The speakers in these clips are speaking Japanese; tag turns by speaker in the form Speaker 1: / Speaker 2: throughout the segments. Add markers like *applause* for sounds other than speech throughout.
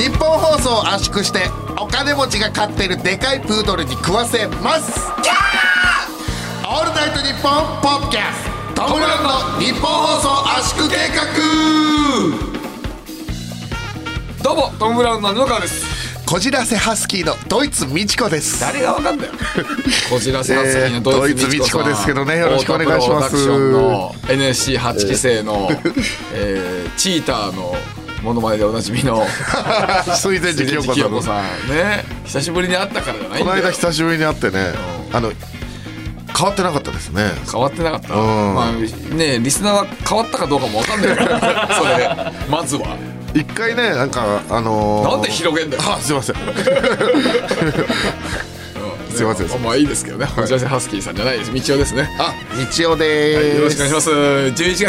Speaker 1: スを圧縮してお金持ちが飼ってるでかいプードルに食わせますキャーオールナイトニッポンポッドキャストトムブラウンの日本放送圧縮計画
Speaker 2: どうもトム・ブラウンの布川です
Speaker 1: こじらせハスキーのドイツ美智子です
Speaker 2: 誰がわかんだよ *laughs* こちらさすが
Speaker 1: えー
Speaker 2: にドイツ美智子さん
Speaker 1: ドイツ美智子ですけどねよろしくお願いします
Speaker 2: 太田プロダクションの NSC8
Speaker 1: *laughs*
Speaker 2: 期生の、えーチーターのモノマネでおなじ
Speaker 1: *laughs*
Speaker 2: みの
Speaker 1: *laughs* 水前寺
Speaker 2: 鈴
Speaker 1: 清
Speaker 2: 木
Speaker 1: 子さ
Speaker 2: 清
Speaker 1: ん
Speaker 2: 子さんね久しぶりに会ったからじゃない
Speaker 1: こ
Speaker 2: ん
Speaker 1: の
Speaker 2: だ
Speaker 1: 間
Speaker 2: よ
Speaker 1: 久しぶりに会ってねあの変わってなかったですね
Speaker 2: 変わってなかった、
Speaker 1: ん
Speaker 2: まあねリスナーは変わったかどうかもわかんないから
Speaker 1: *laughs*
Speaker 2: それまずは
Speaker 1: 一回ねなんかあのー
Speaker 2: なんで広げんだよ
Speaker 1: あすいま *laughs* せんすいません
Speaker 2: ねまあいいですけどね、こちらせハスキーさんじゃないです道夫ですね
Speaker 1: あ日曜でーす
Speaker 2: よろしくお願いします。11月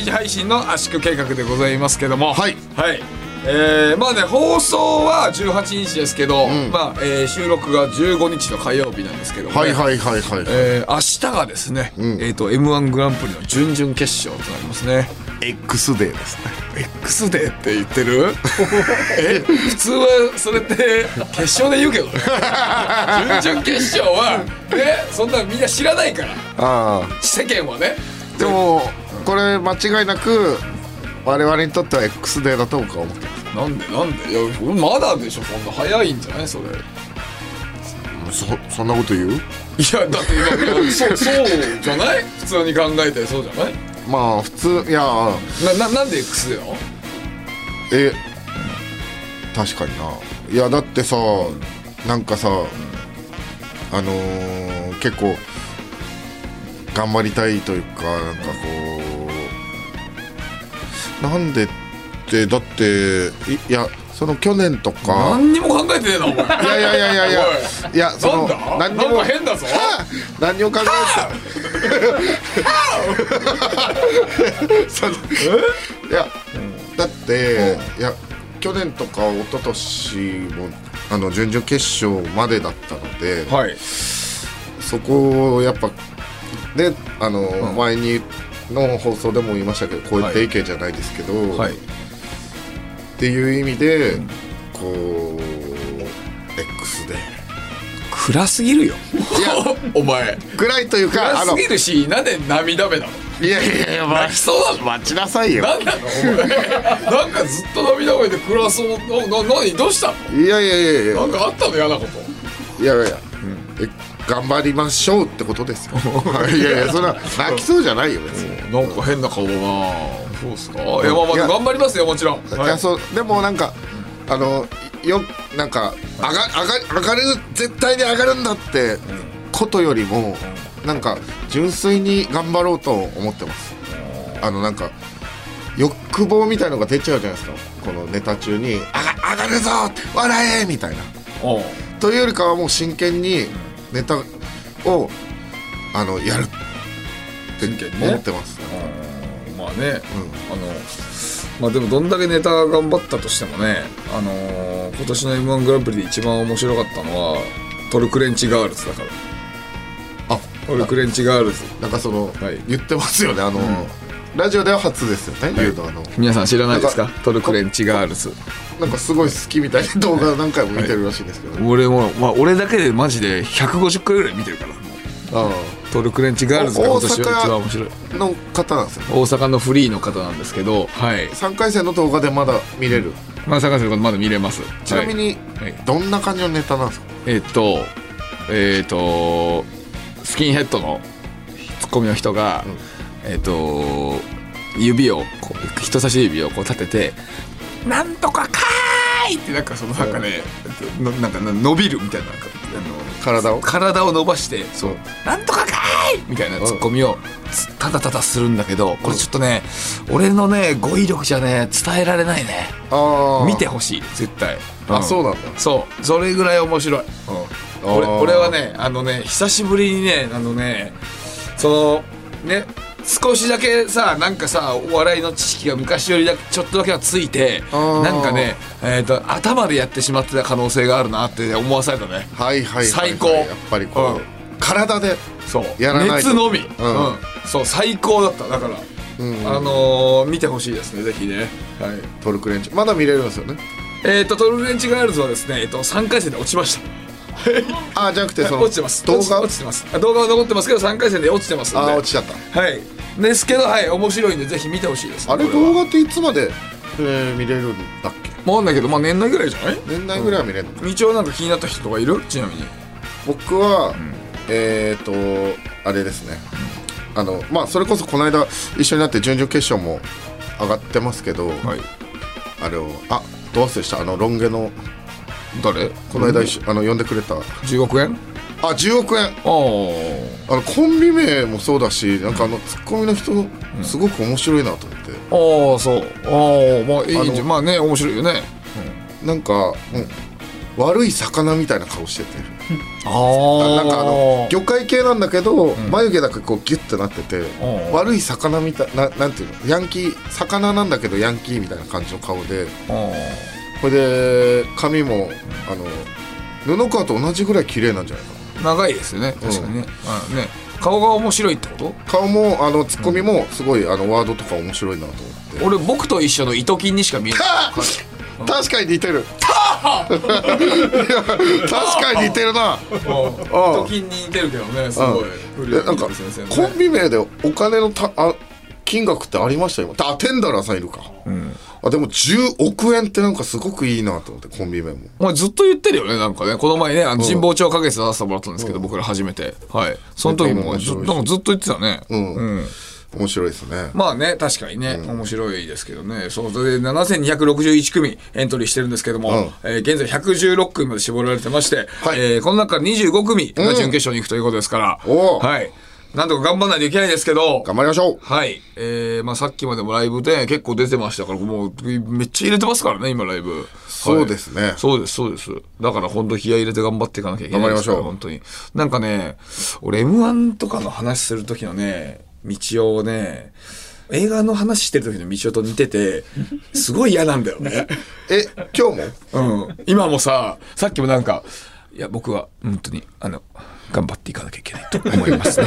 Speaker 2: 18日配信の圧縮計画でございますけども、
Speaker 1: はい
Speaker 2: はい。えーまあね放送は18日ですけど、まあ、えー収録が15日の火曜日なんですけども
Speaker 1: はい
Speaker 2: ね、
Speaker 1: はいはいはい、
Speaker 2: えー明日がですね、えっ、と M1 グランプリの準々決勝となりますね。
Speaker 1: X デーですね
Speaker 2: X デーって言っ
Speaker 1: *laughs*
Speaker 2: てるえ普通はそれって決勝で言
Speaker 1: *laughs*
Speaker 2: うけどね準々決勝はねそんなみんな知らないから
Speaker 1: あ
Speaker 2: 世間はね
Speaker 1: あでもこれ間違いなく我々にとっては X デーだと僕は思ってま
Speaker 2: なんでなんでいやまだでしょそんな早いんじゃないそれいや
Speaker 1: すそそんなこと言う
Speaker 2: だって今い
Speaker 1: *laughs*
Speaker 2: やそうそうじゃない普通に考えてそうじゃない
Speaker 1: まあ普通いや
Speaker 2: なななんで X だよ
Speaker 1: え確かにないやだってさなんかさあのー結構頑張りたいというかなんかこうなんでってだっていいやその去年とか
Speaker 2: 何にも考えてねえなお
Speaker 1: い
Speaker 2: 前
Speaker 1: やいやいやいやいや
Speaker 2: お
Speaker 1: いやその
Speaker 2: なん
Speaker 1: に
Speaker 2: だなんか変だぞ
Speaker 1: はあ *laughs* 何にも考えて
Speaker 2: *laughs*
Speaker 1: たそのいやだっていや去年とか一昨年もあの準々決勝までだったので
Speaker 2: はい
Speaker 1: そこをやっぱであの、前にの放送でも言いましたけどこういった意見じゃないですけど、
Speaker 2: はい
Speaker 1: っていう意味で、こう X
Speaker 2: *laughs*
Speaker 1: で
Speaker 2: 暗すぎるよ
Speaker 1: いや
Speaker 2: お前
Speaker 1: 暗いというかあ
Speaker 2: 暗す
Speaker 1: のい
Speaker 2: ぎるしなんで涙目なの
Speaker 1: やいやいやまあ
Speaker 2: 泣きそうなの
Speaker 1: 待ちなさいよ
Speaker 2: 何なのお前なんかずっと涙目で暗そうなな何どうしたの
Speaker 1: いやいやいやいや
Speaker 2: なんかあったの嫌なこと
Speaker 1: いやいや、え頑張りましょうってこと *laughs* ですよいやいやそれは泣きそうじゃないよ別に、
Speaker 2: なんか変な顔だなそうっすかいやまあまあ
Speaker 1: いや
Speaker 2: 頑張りますよもちろん
Speaker 1: い、やそうでもなんかあのよなんか上が上が上がる絶対に上がるんだってことよりも、なんか純粋に頑張ろうと思ってます、あのなんか欲望みたいのが出ちゃうじゃないですかこのネタ中に「上が上がるぞ笑え!」みたいな
Speaker 2: おう
Speaker 1: というよりかはもう真剣にネタをあのやるって
Speaker 2: 真剣にね
Speaker 1: 思ってます、
Speaker 2: まあね、あのまあでもどんだけネタ頑張ったとしてもねあのー今年の m 1グランプリで一番面白かったのはトルクレンチガールズだから
Speaker 1: あ
Speaker 2: トルクレンチガールズ
Speaker 1: なんかその、
Speaker 2: はい
Speaker 1: 言ってますよねあの、ラジオでは初ですよね、言うのあの
Speaker 2: 皆さん知らないですか
Speaker 1: なん
Speaker 2: トルクレンチガールズ
Speaker 1: なんかすごい好きみたいな動画何回も見てるらしいんです
Speaker 2: *laughs*
Speaker 1: けど、
Speaker 2: 俺も、まあ、俺だけでマジで150回ぐらい見てるから
Speaker 1: あ
Speaker 2: トルクレンチガールズが今年は一番面白い
Speaker 1: あの方なんですよね
Speaker 2: 大阪のフリーの方なんですけどはい
Speaker 1: 3回戦の動画でまだ見れる、
Speaker 2: まあ坂瀬のことまだ見れます
Speaker 1: ちなみに、
Speaker 2: はい
Speaker 1: どんな感じのネタなんですか
Speaker 2: えっとえっとスキンヘッドのツッコミの人が、えっと指をこう人差し指をこう立てて「なんとかかーい!」ってなんかそのなんかね、のなんか伸びるみたいななんかあ
Speaker 1: 体を
Speaker 2: の体を伸ばして「そうなんとかかーい!」みたいなツッコミをつただただするんだけどこれちょっとね俺のね語彙力じゃね伝えられないね。
Speaker 1: ああ
Speaker 2: 見てほしい絶対、
Speaker 1: あそうなんだ
Speaker 2: そうそれぐらい面白い、うん、俺
Speaker 1: あー
Speaker 2: 俺はねあのね久しぶりにねあのねそのね少しだけさなんかさお笑いの知識が昔よりだちょっとだけはついて
Speaker 1: あー
Speaker 2: なんかね、えー、と頭でやってしまってた可能性があるなって思わされたね
Speaker 1: はいはいはいはい
Speaker 2: 最高
Speaker 1: やっぱりこう、
Speaker 2: うん
Speaker 1: 体で
Speaker 2: そう
Speaker 1: やらないと
Speaker 2: 熱のみ、う
Speaker 1: うんん
Speaker 2: そう最高だっただから、
Speaker 1: ん
Speaker 2: あのー見てほしいですねぜひねはい
Speaker 1: トルクレンチまだ見れるんですよね
Speaker 2: えっ、とトルレンチガールズはですね、えっと3回戦で落ちました
Speaker 1: あじゃなくてその
Speaker 2: 落ちてます
Speaker 1: 動
Speaker 2: 落ち
Speaker 1: 画
Speaker 2: 落ちてますあ動画は残ってますけど3回戦で落ちてますんで
Speaker 1: あ落ちちゃった
Speaker 2: はいですけどはい面白いんでぜひ見てほしいです
Speaker 1: あれ
Speaker 2: こは
Speaker 1: 動画っていつまで、えー見れるんだっけ
Speaker 2: もうんだけどまあ年内ぐらいじゃない
Speaker 1: 年内ぐらいは見れるのか、
Speaker 2: 一応なんか気になった人とかいるちなみに
Speaker 1: 僕は、えっ、ー、とあれですねあのまあそれこそこの間一緒になって準々決勝も上がってますけど、
Speaker 2: はい
Speaker 1: あれをあどう忘れしたあのロン毛の
Speaker 2: 誰
Speaker 1: この間一緒、あの呼んでくれたあ
Speaker 2: 10億円
Speaker 1: 10億円
Speaker 2: ああ
Speaker 1: あのコンビ名もそうだしなんかあのツッコミの人すごく面白いなと思って、
Speaker 2: ああそうああまあいいんじ
Speaker 1: あの
Speaker 2: ゃまあね面白いよね
Speaker 1: なんか、うん、悪い魚みたいな顔してて
Speaker 2: あ
Speaker 1: あ
Speaker 2: あ
Speaker 1: なんかあの魚介系なんだけど、眉毛だけこうギュッてなってて、
Speaker 2: ん
Speaker 1: 悪い魚みたいななんていうのヤンキー魚なんだけどヤンキーみたいな感じの顔でこれで髪もあの布川と同じぐらい綺麗なんじゃないかな
Speaker 2: 長いですよね確かにね,、うん、ね顔が面白いってこと
Speaker 1: 顔もあのツッコミもすごい、あのワードとか面白いなと思って。
Speaker 2: 俺僕と一緒の糸金にしか見えない
Speaker 1: あ確かに似て *laughs* るいや確かに似てる *laughs* な
Speaker 2: 糸金に似てるけどねすごい
Speaker 1: うん
Speaker 2: 古
Speaker 1: え
Speaker 2: 谷
Speaker 1: なんか
Speaker 2: 先生の
Speaker 1: コ
Speaker 2: ね
Speaker 1: ンビ名でお金のたあ金額ってありました今あテンダラーさんいるか、あでも10億円ってなんかすごくいいなと思ってコンビ名も
Speaker 2: お前ずっと言ってるよねなんかねこの前ねあの神保町花月出させてもらったんですけど僕ら初めてはいその時もずなんかずっと言ってたね
Speaker 1: ん
Speaker 2: うん
Speaker 1: 面白いですね
Speaker 2: まあね、確かにね、面白いですけどね。そう、それで7261組エントリーしてるんですけども、
Speaker 1: ん
Speaker 2: えー現在116組まで絞られてまして、
Speaker 1: はい
Speaker 2: えーこの中から25組が準決勝に行くということですから、
Speaker 1: おー
Speaker 2: はい。なんとか頑張らないといけないですけど、
Speaker 1: 頑張りましょう
Speaker 2: はい。えー、まあさっきまでもライブで結構出てましたから、もうめっちゃ入れてますからね、今ライブ。
Speaker 1: そうですね
Speaker 2: はいそうです、そうです。だから本当気合い入れて頑張っていかなきゃいけないですから
Speaker 1: 頑張り
Speaker 2: 本当に。なんかね、俺 M1 とかの話する時のね、道をね、映画の話してる時の道夫と似てて、すごい嫌なんだ
Speaker 1: *laughs*
Speaker 2: よね。
Speaker 1: え今日も
Speaker 2: うん、今もささっきもなんかいや僕は本当にあの頑張っていかなきゃいけないと思いますね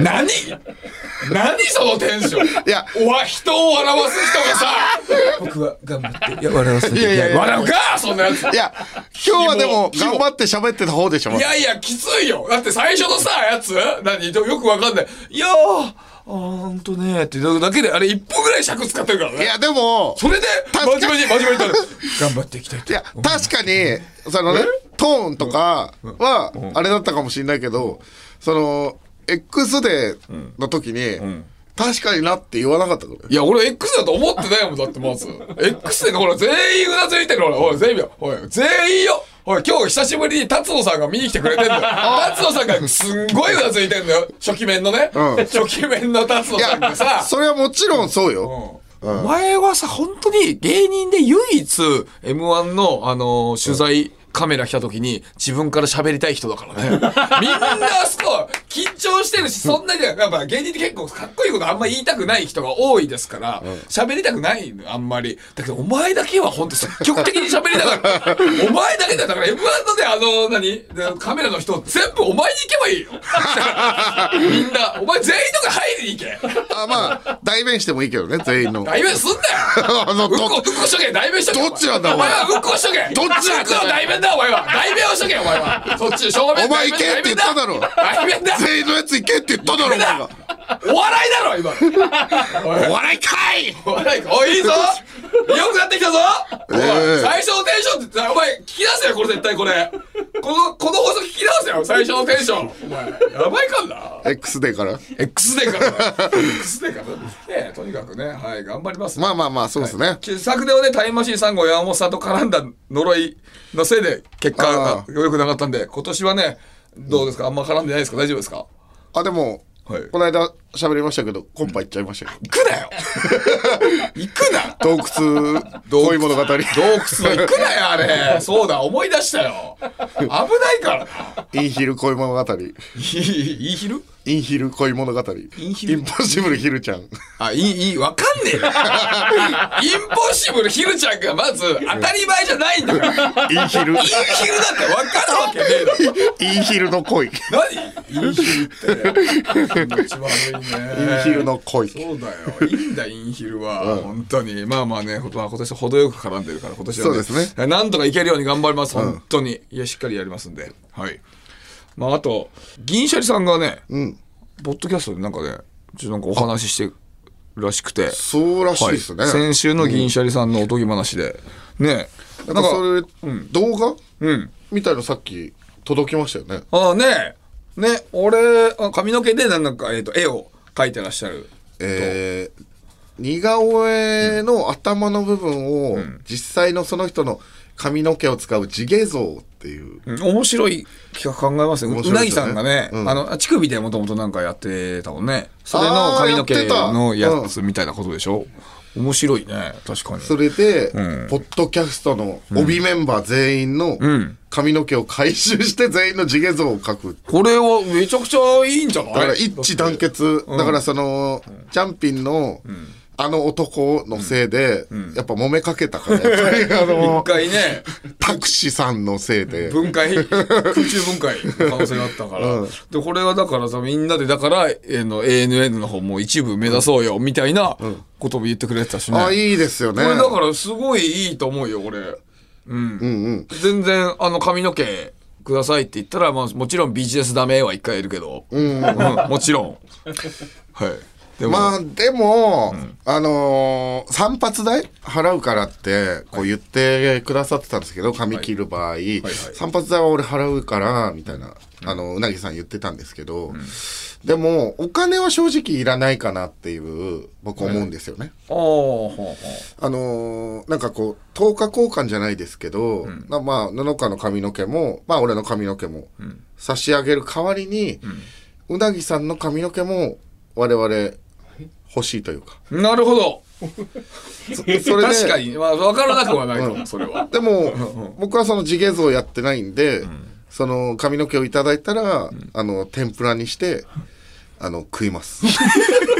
Speaker 1: *laughs*
Speaker 2: 何何そのテンション
Speaker 1: いや
Speaker 2: おわ人を笑わす人がさ僕は頑張っていや笑わせなきゃいけ
Speaker 1: いや
Speaker 2: ない
Speaker 1: や
Speaker 2: い
Speaker 1: いや
Speaker 2: 笑うかそんなやつ
Speaker 1: いや今日はでも
Speaker 2: 希望
Speaker 1: 頑張って喋ってた方でしょ
Speaker 2: いやいや、きついよ。だって最初のさ、やつ何よくわかんない。いやー、あーほんとねーって、だけで、あれ一本ぐらい尺使ってるからね。
Speaker 1: いやでも
Speaker 2: それで、
Speaker 1: 確
Speaker 2: 真
Speaker 1: かに
Speaker 2: 面目に、真面目に言ったら頑張っていきたいと
Speaker 1: いや確かにそのねトーンとかはあれだったかもしれないけどその X デーの時に確かになって言わなかったから
Speaker 2: いや、俺 X だと思ってないもん、だってまず。X でほら、全員うなずいてる、ほら、おい、全員よ、おい、全員よ。おい、今日久しぶりに達野さんが見に来てくれてんだよ。達野さんがすんごいうなずいてんだよ。初期面のね。
Speaker 1: うん
Speaker 2: 初期面の達野
Speaker 1: い
Speaker 2: さんがさ
Speaker 1: や、。それはもちろんそうよ。
Speaker 2: うんお前はさ、本当に芸人で唯一 M1 の、あのー取材カメラ来た時に自分から喋りたい人だからね。みんなあそこ緊張してるし、そんなに、やっぱ芸人って結構かっこいいことあんま言いたくない人が多いですから、喋りたくないのあんまり。だけどお前だけは本当積極的に喋りたが *laughs* る。お前だけだよだから M1 のね、あの何カメラの人全部お前に行けばいいよ。みんな、お前全員とか入りに行け。 *laughs*
Speaker 1: あ、まあ、代弁してもいいけどね、全員の。どっ
Speaker 2: 代弁すんなよ
Speaker 1: あの
Speaker 2: うん
Speaker 1: ど
Speaker 2: こ、うんこしとけ代弁しとけ
Speaker 1: どっちなんだ
Speaker 2: お前お前はうんこしとけ
Speaker 1: どっちなんだ
Speaker 2: うんこの代弁だお前は代弁をしとけお前はそっち正面
Speaker 1: お前
Speaker 2: 代弁
Speaker 1: 行けって言っただろ
Speaker 2: 代弁だ
Speaker 1: 全員のやつ行けって言っただろ、お前が。
Speaker 2: お笑いだろ今の
Speaker 1: お笑いかい
Speaker 2: お笑いかおいいいぞよくなってきたぞ、おい
Speaker 1: ええ
Speaker 2: 最初のテンションってお前聞き出せよこれ絶対これこのこの放送聞き出せよ最初のテンションお前やばいかんな
Speaker 1: X デーから。
Speaker 2: X でから X でからねとにかくねはい頑張りますね
Speaker 1: まあまあまあ、そうですね。
Speaker 2: 昨年はね、タイムマシーン3号山本さんと絡んだ呪いのせいで結果が
Speaker 1: あ
Speaker 2: 良くなかったんで、今年はね、どうですか、あんま絡んでないですか大丈夫ですか
Speaker 1: あ、でも、
Speaker 2: はい
Speaker 1: この間喋りましたけど、コンパ行っちゃいましたよ。
Speaker 2: 行くなよ *laughs* 行くな
Speaker 1: 洞窟、
Speaker 2: 洞窟
Speaker 1: 恋物語。
Speaker 2: 洞窟は行くなよ、あれそうだ、思い出したよ危ないからな
Speaker 1: インヒル恋物語。
Speaker 2: いいいい昼
Speaker 1: インヒル恋物語
Speaker 2: ン
Speaker 1: イ
Speaker 2: ヒル
Speaker 1: ンポッシブルヒルちゃん
Speaker 2: あ、いい、いい、わかんねえよ *laughs* インポッシブルひるちゃんがまず当たり前じゃないんだから。イン
Speaker 1: インヒル
Speaker 2: ヒルなんてわかるわけねえだろ。
Speaker 1: インヒルの恋
Speaker 2: 何インヒルって。気持ち悪いね。
Speaker 1: インヒルの恋
Speaker 2: そうだよ。いいんだ、インヒルは。本当に。まあまあね、まあ今年程よく絡んでるから、今年は、ね。
Speaker 1: そうです
Speaker 2: ね。なんとかいけるように頑張ります、本当に。いや、しっかりやりますんで。はい。まあ、あと、銀シャリさんがね、
Speaker 1: うん
Speaker 2: ポッドキャストでなんかね、ちょっとなんかお話ししてるらしくて。
Speaker 1: そうらしいですね、
Speaker 2: はい先週の銀シャリさんのおとぎ話で、ねえ
Speaker 1: な
Speaker 2: なんん
Speaker 1: か
Speaker 2: か
Speaker 1: それ、動画
Speaker 2: うん
Speaker 1: みたいのさっき届きましたよね
Speaker 2: ああねえね俺あ髪の毛でなんか、えー、と絵を描いてらっしゃる
Speaker 1: えー似顔絵の頭の部分を、実際のその人の髪の毛を使う地毛像っていう、
Speaker 2: うん面白い企画考えますね
Speaker 1: 面
Speaker 2: う
Speaker 1: 白
Speaker 2: ない
Speaker 1: で
Speaker 2: ぎ
Speaker 1: すよ
Speaker 2: さ
Speaker 1: ね
Speaker 2: んがね、
Speaker 1: うん
Speaker 2: あの乳首でもともとなんかやってたもんねそれの
Speaker 1: あー
Speaker 2: 髪の
Speaker 1: やっ
Speaker 2: 毛
Speaker 1: てた
Speaker 2: のやつみたいなことでしょ、面白いね確かに
Speaker 1: それで、
Speaker 2: うん
Speaker 1: ポッドキャストの帯メンバー全員の
Speaker 2: ん
Speaker 1: 髪の毛を回収して全員の地毛像を描く
Speaker 2: これはめちゃくちゃいいんじゃない
Speaker 1: だから一致団結、だからその、チャンピンの、あの男のせいで、やっぱ揉めかけたから、やっ
Speaker 2: *laughs*
Speaker 1: ぱりあ
Speaker 2: 一
Speaker 1: の、
Speaker 2: 回ね
Speaker 1: タクシーさんのせいで、*laughs*
Speaker 2: 分解空中分解の可能性があったから、でこれはだからさみんなでだから、えーの ANN の方も一部目指そうよみたいなことも言ってくれてたしね、
Speaker 1: あ、いいですよね。
Speaker 2: これだからすごいいいと思うよこれ、うん
Speaker 1: うんうん。
Speaker 2: 全然あの髪の毛くださいって言ったら、まあ、もちろんビジネスダメは一回いるけど、うんもちろんはいでも、
Speaker 1: まあでも、あのー散髪代払うからってこう言ってくださってたんですけど髪切る場合、
Speaker 2: はい
Speaker 1: 散髪代は俺払うからみたいな、あのうなぎさん言ってたんですけど、でもお金は正直いらないかなっていう僕思うんですよね。
Speaker 2: あーほうほ
Speaker 1: あのーなんかこう等価交換じゃないですけど、なまあ布川の髪の毛もまあ俺の髪の毛も差し上げる代わりに、うなぎさんの髪の毛も我々欲しいというか
Speaker 2: うなるほど
Speaker 1: そそれで
Speaker 2: 確かに、まあ、分からなくはないと思うそれは
Speaker 1: でも、僕はその地毛像やってないんで、その髪の毛をいただいたら、あの天ぷらにしてあの食います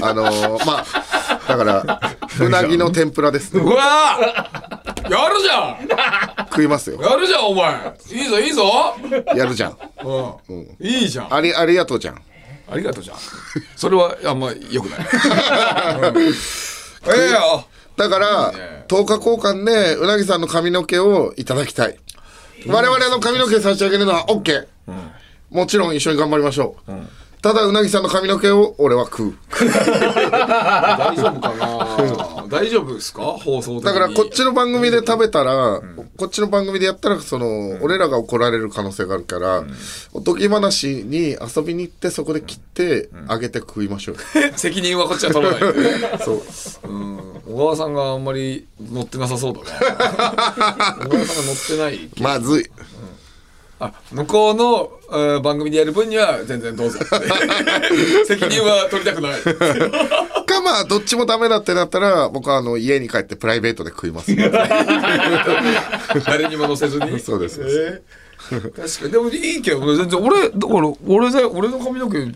Speaker 1: あのーまあだからうなぎの天ぷらです
Speaker 2: う
Speaker 1: ね
Speaker 2: わーやるじゃん
Speaker 1: 食いますよ
Speaker 2: やるじゃんお前いいぞいいぞ、
Speaker 1: やるじゃん
Speaker 2: うんいいじゃんあ
Speaker 1: ありありがとうじゃん
Speaker 2: りがとうじゃんそれはあんま良くない、 *laughs* うんええよ
Speaker 1: だから、
Speaker 2: ね
Speaker 1: 10日交換で、うなぎさんの髪の毛をいただきたい。我々の髪の毛差し上げるのは OK。もちろん一緒に頑張りましょう。ただ、うなぎさんの髪の毛を俺は食う。
Speaker 2: 大丈夫かな大丈夫ですか放送的に
Speaker 1: だから、こっちの番組で食べたら、こっちの番組でやったら、その、俺らが怒られる可能性があるから、おとぎ話に遊びに行って、そこで切って、あげて食いましょう。
Speaker 2: 責任はこっちは取らないで *laughs* ね
Speaker 1: そう。
Speaker 2: うん小川さんがあんまり乗ってなさ *laughs* そうだね小川さんが乗ってない
Speaker 1: まずい。
Speaker 2: あ向こうの、えー番組でやる分には全然どうぞって *laughs* 責任は取りたくない
Speaker 1: か、まあ、どっちもダメだってなったら、僕は、あの、家に帰ってプライベートで食います。
Speaker 2: *laughs* 誰にも乗せず
Speaker 1: *laughs*
Speaker 2: に
Speaker 1: そうです
Speaker 2: えー確かにでもいいけどね全然俺だから俺で俺の髪の毛だか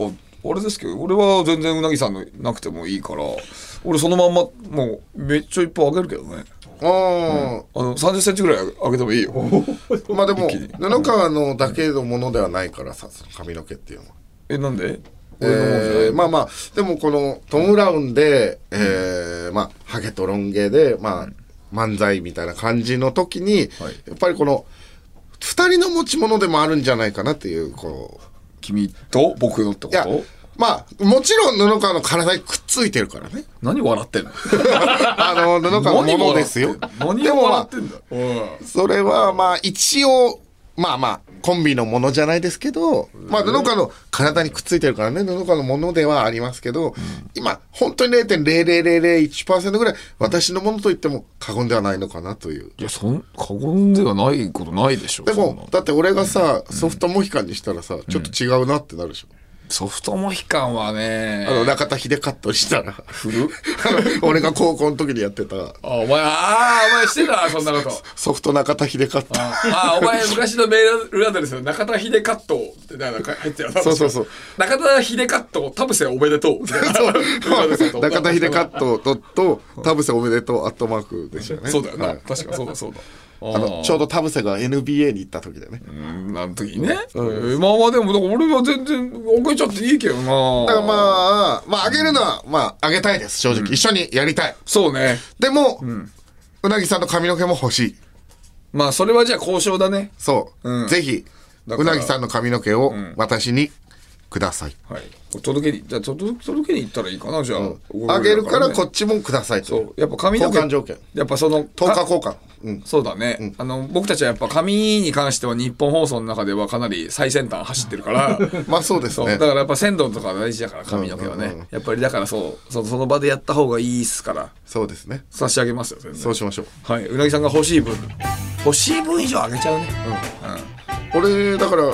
Speaker 2: らあれですけど俺は全然うなぎさんのなくてもいいから俺そのまんまもうめっちゃいっぱいあげるけどね
Speaker 1: あー
Speaker 2: あの30センチぐらいあげてもいいよ
Speaker 1: まあでも
Speaker 2: 一気に
Speaker 1: 布川のだけのものではないからさその髪の毛っていうのは。
Speaker 2: えなんで
Speaker 1: えーまあまあでもこのトム・ラウンで、えーまあハゲとロン毛で、まあ、漫才みたいな感じの時に、
Speaker 2: はい
Speaker 1: やっぱりこの2人の持ち物でもあるんじゃないかなっていうこう
Speaker 2: 君と僕のって
Speaker 1: い
Speaker 2: こ
Speaker 1: や
Speaker 2: と
Speaker 1: まあもちろん布川の体にくっついてるからね *laughs*
Speaker 2: 何笑ってんの
Speaker 1: あの布川のものですよ
Speaker 2: 何
Speaker 1: で
Speaker 2: を
Speaker 1: もま
Speaker 2: 笑
Speaker 1: あ
Speaker 2: ってんだおい
Speaker 1: それはまあ一応まあまあコンビのものじゃないですけど、まあ、布川の体にくっついてるからね布川のものではありますけど、今本当に0.00001%ぐらい私のものと言っても過言ではないのかなという
Speaker 2: いやそん過言ではないことないでしょ
Speaker 1: で
Speaker 2: そんな
Speaker 1: もだって俺がさソフトモヒカンにしたらさちょっと違うなってなるでしょ、
Speaker 2: ソフトモヒカンはね
Speaker 1: あの中田秀カットしたら俺が高校の時にやってた
Speaker 2: あお前ああお前してたなそんなこと
Speaker 1: ソフト中田秀カット
Speaker 2: ああお前昔のメールアドレスの中田秀カットってなんか入ってたよ
Speaker 1: そうそうそう
Speaker 2: 中田秀カット田臥おめでとうみたいな
Speaker 1: *laughs* 中田秀カットとと田臥おめでとうアットマークでしたよね
Speaker 2: そうだよな、
Speaker 1: はい
Speaker 2: 確かそうだそうだ
Speaker 1: あのちょうど田臥が NBA に行った時だよね
Speaker 2: うんあの時にね、うん、まあまあでもだから俺は全然遅れちゃっていいけどな
Speaker 1: だからまあまああげるのはまああげたいです正直、一緒にやりたい
Speaker 2: そうね
Speaker 1: でも、うなぎさんの髪の毛も欲しい
Speaker 2: まあそれはじゃあ交渉だね
Speaker 1: そう、
Speaker 2: うん
Speaker 1: ぜひ
Speaker 2: だ
Speaker 1: う
Speaker 2: から
Speaker 1: なぎさんの髪の毛を私にください、
Speaker 2: はい届けにじゃあ届届けに行ったらいいかなじゃあ、
Speaker 1: あげるからこ
Speaker 2: こ
Speaker 1: っちもくださいと
Speaker 2: そうやっぱ髪の毛
Speaker 1: 交換条件
Speaker 2: やっぱその
Speaker 1: 10日交換うん
Speaker 2: そうだね、あの僕たちはやっぱ紙に関しては日本放送の中ではかなり最先端走ってるから
Speaker 1: *laughs* まあそうです
Speaker 2: そう
Speaker 1: ね
Speaker 2: だからやっぱ鮮度とか大事だから髪の毛はね、やっぱりだからそうそその場でやった方がいいっすから
Speaker 1: そうですね
Speaker 2: 差し上げますよ全然
Speaker 1: そうしましょう
Speaker 2: はいうなぎさんが欲しい分欲しい分以上あげちゃうね
Speaker 1: 俺だから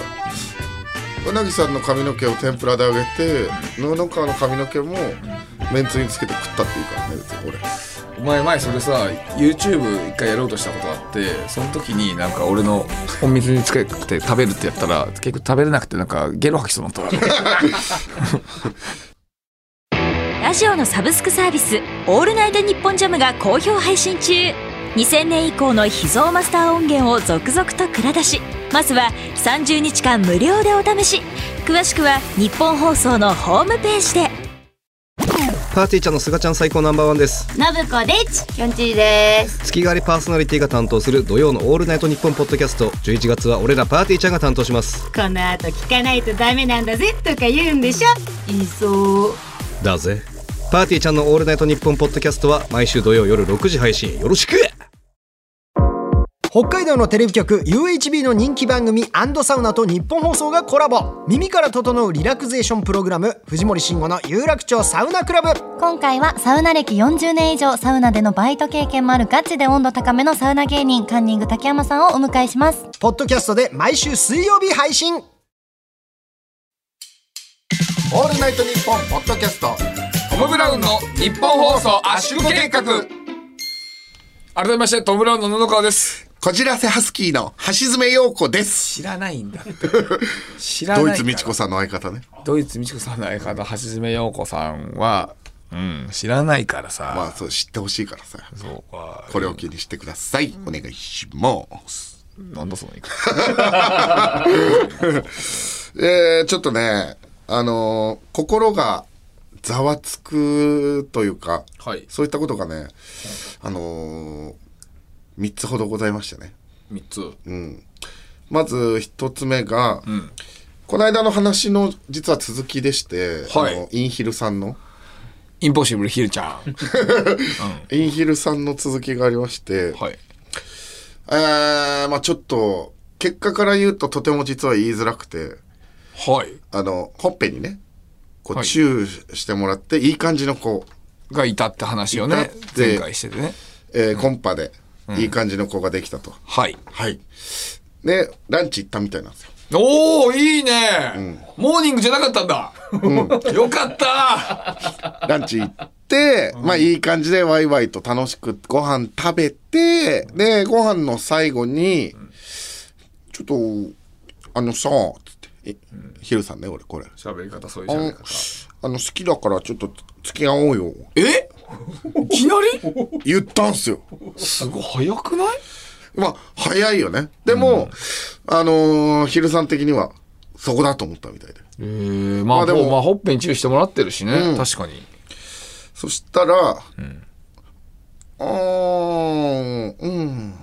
Speaker 1: うなぎさんの髪の毛を天ぷらであげて布川の髪の毛もめんつゆにつけて食ったっていいからね別に俺
Speaker 2: お前前それさ YouTube 一回やろうとしたことあってその時になんか俺のお水につけて食べるってやったら結局食べれなくてなんかゲロ吐きそうになったわ
Speaker 3: ラジオのサブスクサービス「オールナイトニッポンジャム」が好評配信中2000年以降の秘蔵マスター音源を続々と蔵出しまずは30日間無料でお試し詳しくは日本放送のホームページで
Speaker 4: パーティーちゃんのすがちゃん最高ナンバーワンです
Speaker 5: ナブコでちきょんちぃです
Speaker 4: 月替わりパーソナリティが担当する土曜のオールナイトニッポンポッドキャスト11月は俺らパーティーちゃんが担当します
Speaker 5: この後聞かないとダメなんだぜとか言うんでしょ言いそう
Speaker 4: だぜパーティーちゃんのオールナイトニッポンポッドキャストは毎週土曜夜6時配信よろしく
Speaker 6: 北海道のテレビ局 UHB の人気番組サウナと日本放送がコラボ耳から整うリラクゼーションプログラム藤森慎吾の有楽町サウナクラブ
Speaker 7: 今回はサウナ歴40年以上サウナでのバイト経験もあるガチで温度高めのサウナ芸人カンニング竹山さんをお迎えします
Speaker 6: ポッドキャストで毎週水曜日配信
Speaker 1: 「オールナイトニッポン」ポッドキャスト
Speaker 2: トム・ブラウンの日本放送圧縮計画改めましてトム・ブラウンの野々川です
Speaker 1: こじらせハスキーの橋爪陽子です
Speaker 2: 知らないんだ知らない
Speaker 1: ドイツ美智子さんの相方ね
Speaker 2: ドイツ美智子さんの相方橋爪陽子さんはうん知らないからさ、
Speaker 1: まあそう知ってほしいからさ
Speaker 2: そうか
Speaker 1: これを気にしてくださいお願いします
Speaker 2: なんだその言い方
Speaker 1: えー、ちょっとねあのー心がざわつくというか、
Speaker 2: はい
Speaker 1: そういったことがねあのー、3つほどございましたね
Speaker 2: 3つ
Speaker 1: まず1つ目が、この間の話の実は続きでして、
Speaker 2: はい
Speaker 1: あのインヒルさんの
Speaker 2: インポッシブルヒルちゃん
Speaker 1: インヒルさんの続きがありまして、
Speaker 2: はい
Speaker 1: えー、まあちょっと結果から言うととても実は言いづらくて
Speaker 2: はい
Speaker 1: あのほっぺにねこ
Speaker 2: は
Speaker 1: う
Speaker 2: い
Speaker 1: チューしてもらって、い、い感じの子、
Speaker 2: がいたって話を
Speaker 1: い
Speaker 2: ね
Speaker 1: たって
Speaker 2: 前回しててね
Speaker 1: えーコンパでいい感じの子ができたと、
Speaker 2: はい
Speaker 1: はいでランチ行ったみたいなんです
Speaker 2: *laughs*
Speaker 1: よ
Speaker 2: おおいいね、モーニングじゃなかったんだ、 *laughs* よかった
Speaker 1: ランチ行って、まあいい感じでワイワイと楽しくご飯食べて、で、ご飯の最後に、ちょっと、あのさ、つって、えヒルさんね、俺これ。
Speaker 2: 喋り方そういう
Speaker 1: あ
Speaker 2: 喋
Speaker 1: の
Speaker 2: り方
Speaker 1: あの、好きだからちょっと付き合おうよ。
Speaker 2: えいきなり
Speaker 1: 言ったん *laughs* すよ。
Speaker 2: すごい早くない
Speaker 1: まあ、早いよね。でも、あのーヒルさん的には、そこだと思ったみたいで。
Speaker 2: えー、まあ、
Speaker 1: まあで
Speaker 2: で
Speaker 1: も
Speaker 2: もまあほっぺにチューしてもらってるしね、確かに
Speaker 1: そしたら、うーん、うん、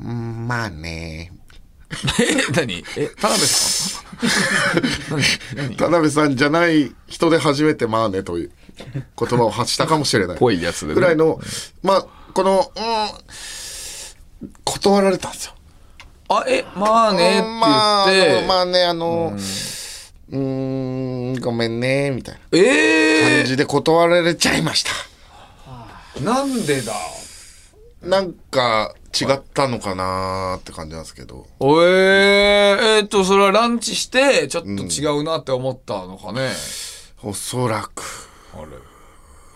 Speaker 1: うん、まあね。
Speaker 2: え何え田辺さん何何
Speaker 1: 田辺さんじゃない人で初めて「まあね」という言葉を発したかもしれない
Speaker 2: *laughs* ぽいやつでね
Speaker 1: ぐらいのまあこの、うん、断られたんですよ。
Speaker 2: あえまあね
Speaker 1: うんまあ
Speaker 2: って言って、
Speaker 1: あのまあねあのうーんごめんねみたいな
Speaker 2: え
Speaker 1: 感じで断られちゃいました。
Speaker 2: ー、なんでだ
Speaker 1: なんか違ったのかなーって感じなんですけど
Speaker 2: おえー、えーっと、それはランチして、ちょっと違うなって思ったのかね。
Speaker 1: おそらく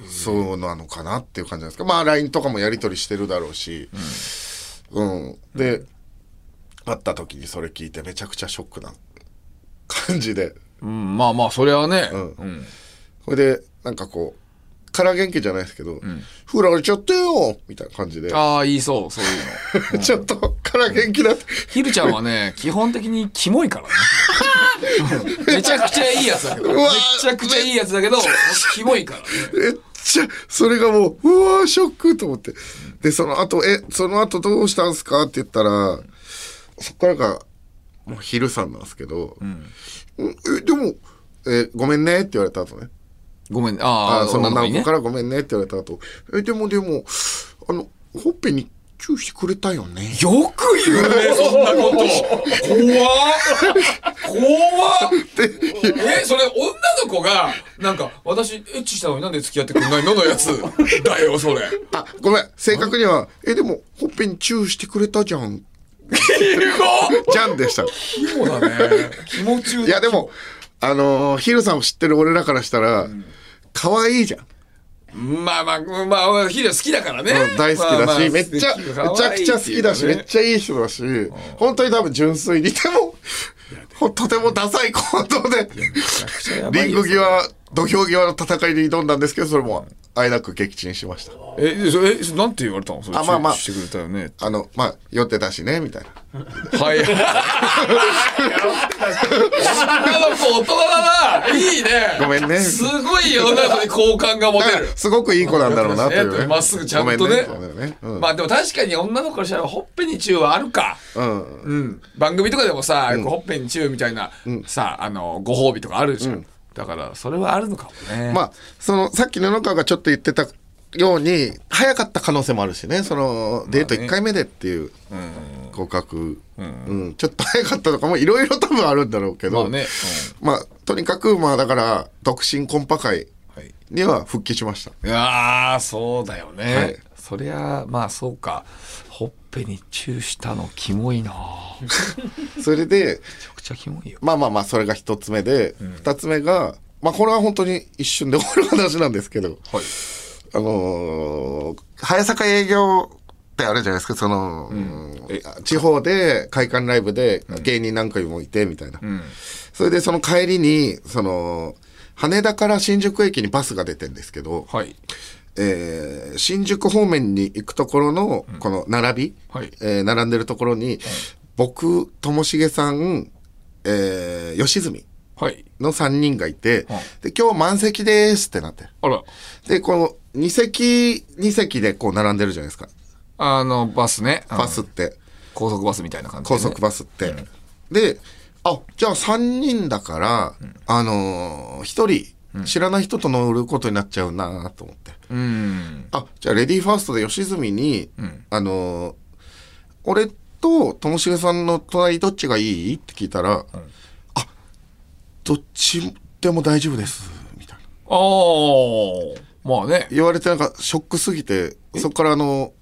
Speaker 1: そうなのかなっていう感じなんですかまあ LINE とかもやり取りしてるだろうしうん、で会った時にそれ聞いてめちゃくちゃショックな感じで
Speaker 2: うん、まあまあ、それはね。
Speaker 1: ん
Speaker 2: うん。
Speaker 1: それでなんかこうから元気じゃないですけど「振られちゃってよ!」みたいな感じで
Speaker 2: ああ、言いそう、そういうの。
Speaker 1: ちょっとから元気だって
Speaker 2: ひるちゃん
Speaker 1: *laughs*
Speaker 2: はね、基本的にキモいからね。めちゃくちゃいいやつだけど。
Speaker 1: う
Speaker 2: め
Speaker 1: わ
Speaker 2: ちゃくちゃいいやつだけど、キモいからね。
Speaker 1: めっちゃそれがもううわーショックと思ってでその後えその後どうしたんすか?」って言ったらそっからがもう昼さんなんですけど「うんえでもえごめんね」って言われた後ね
Speaker 2: ごめん、
Speaker 1: あ
Speaker 2: ああ、
Speaker 1: その
Speaker 2: 女
Speaker 1: 女
Speaker 2: に
Speaker 1: の子から「ごめんね」って言われた後えでもでもあのほっぺにチューしてくれたよね」
Speaker 2: よく言うね、
Speaker 1: *laughs*
Speaker 2: そんなこと。怖っ怖
Speaker 1: *laughs*
Speaker 2: っえ、それ女の子が、なんか、私、エッチしたのになんで付き合ってくんないののやつだよ、それ。
Speaker 1: あごめん正確には「えでもほっぺにチューしてくれたじゃん」 *laughs* じゃんでした
Speaker 2: キモだね。気持ち
Speaker 1: いやでも、あのーヒルさんを知ってる俺らからしたら、可愛いじゃん。
Speaker 2: まあまあ、まあ、ヒル好きだからね。
Speaker 1: 大好きだし、
Speaker 2: まあま
Speaker 1: め
Speaker 2: あ
Speaker 1: っちゃ、め
Speaker 2: 可愛い
Speaker 1: ちゃくちゃ好きだし、
Speaker 2: って
Speaker 1: め
Speaker 2: いうかね
Speaker 1: っちゃいい人だし、本当に多分純粋に、でも、ほとてもダサい行動で、リング際、土俵際の戦いに挑んだんですけど、それも、あえなく撃沈しました。
Speaker 2: え、でそえ、そなんて言われたのそれ
Speaker 1: あまあまあ
Speaker 2: 注意してくれたよね。
Speaker 1: あの、まあ、酔ってたしね、みたいな。
Speaker 2: はい。女の子大人だな。いいね。
Speaker 1: ごめんね
Speaker 2: すごい世の中に好感が持
Speaker 1: だ
Speaker 2: て
Speaker 1: か
Speaker 2: る
Speaker 1: ら、。すごくいい子なんだろうな、という、
Speaker 2: まっすぐちゃんとね
Speaker 1: ごめんね。うん。
Speaker 2: まあでも確かに女の子からしたらほっぺにチューはあるか。
Speaker 1: うん
Speaker 2: うん。番組とかでもさ、こうほっぺにチューみたいな、さ、あの、ご褒美とかあるじゃん。だから、それはあるのかもね。
Speaker 1: まあそのさっき布川がちょっと言ってたように早かった可能性もあるしねそのデート1回目でっていう合格、うんちょっと早かったとかもいろいろ多分あるんだろうけど、
Speaker 2: まあね
Speaker 1: まあとにかくまあだから独身コンパ会
Speaker 2: はい
Speaker 1: には復帰しました、
Speaker 2: いやーそうだよね、
Speaker 1: はい
Speaker 2: そりゃまあそうかほっぺにチューしたのキモいなめち
Speaker 1: それで
Speaker 2: ゃくちゃキモいよ
Speaker 1: まあまあまあそれが一つ目で、二つ目がまあこれは本当に一瞬で終わる話なんですけど、
Speaker 2: はい
Speaker 1: あのー早坂営業ってあるじゃないですか、その、
Speaker 2: え
Speaker 1: 地方で会館ライブで芸人何回もいてみたいな。それでその帰りに、その、羽田から新宿駅にバスが出てんですけど、
Speaker 2: はい
Speaker 1: えー新宿方面に行くところの、この並び、
Speaker 2: はい
Speaker 1: えー並んでるところに、僕、ともしげさん、えー、吉住
Speaker 2: はい
Speaker 1: の3人がいて、で、今日満席ですってなって。
Speaker 2: あら
Speaker 1: で、この2席、2席でこう並んでるじゃないですか。
Speaker 2: あのバスね
Speaker 1: バスって、
Speaker 2: 高速バスみたいな感じ、ね、
Speaker 1: 高速バスって。で、あ、じゃあ3人だから、あのー、1人、知らない人と乗ることになっちゃうなと思って。
Speaker 2: うん
Speaker 1: あ、じゃあレディーファーストで吉住に、あのー、俺とともしげさんの隣どっちがいいって聞いたら、あ、どっちでも大丈夫です、みたいな。
Speaker 2: ああまあね
Speaker 1: 言われてなんかショックすぎてそこからあの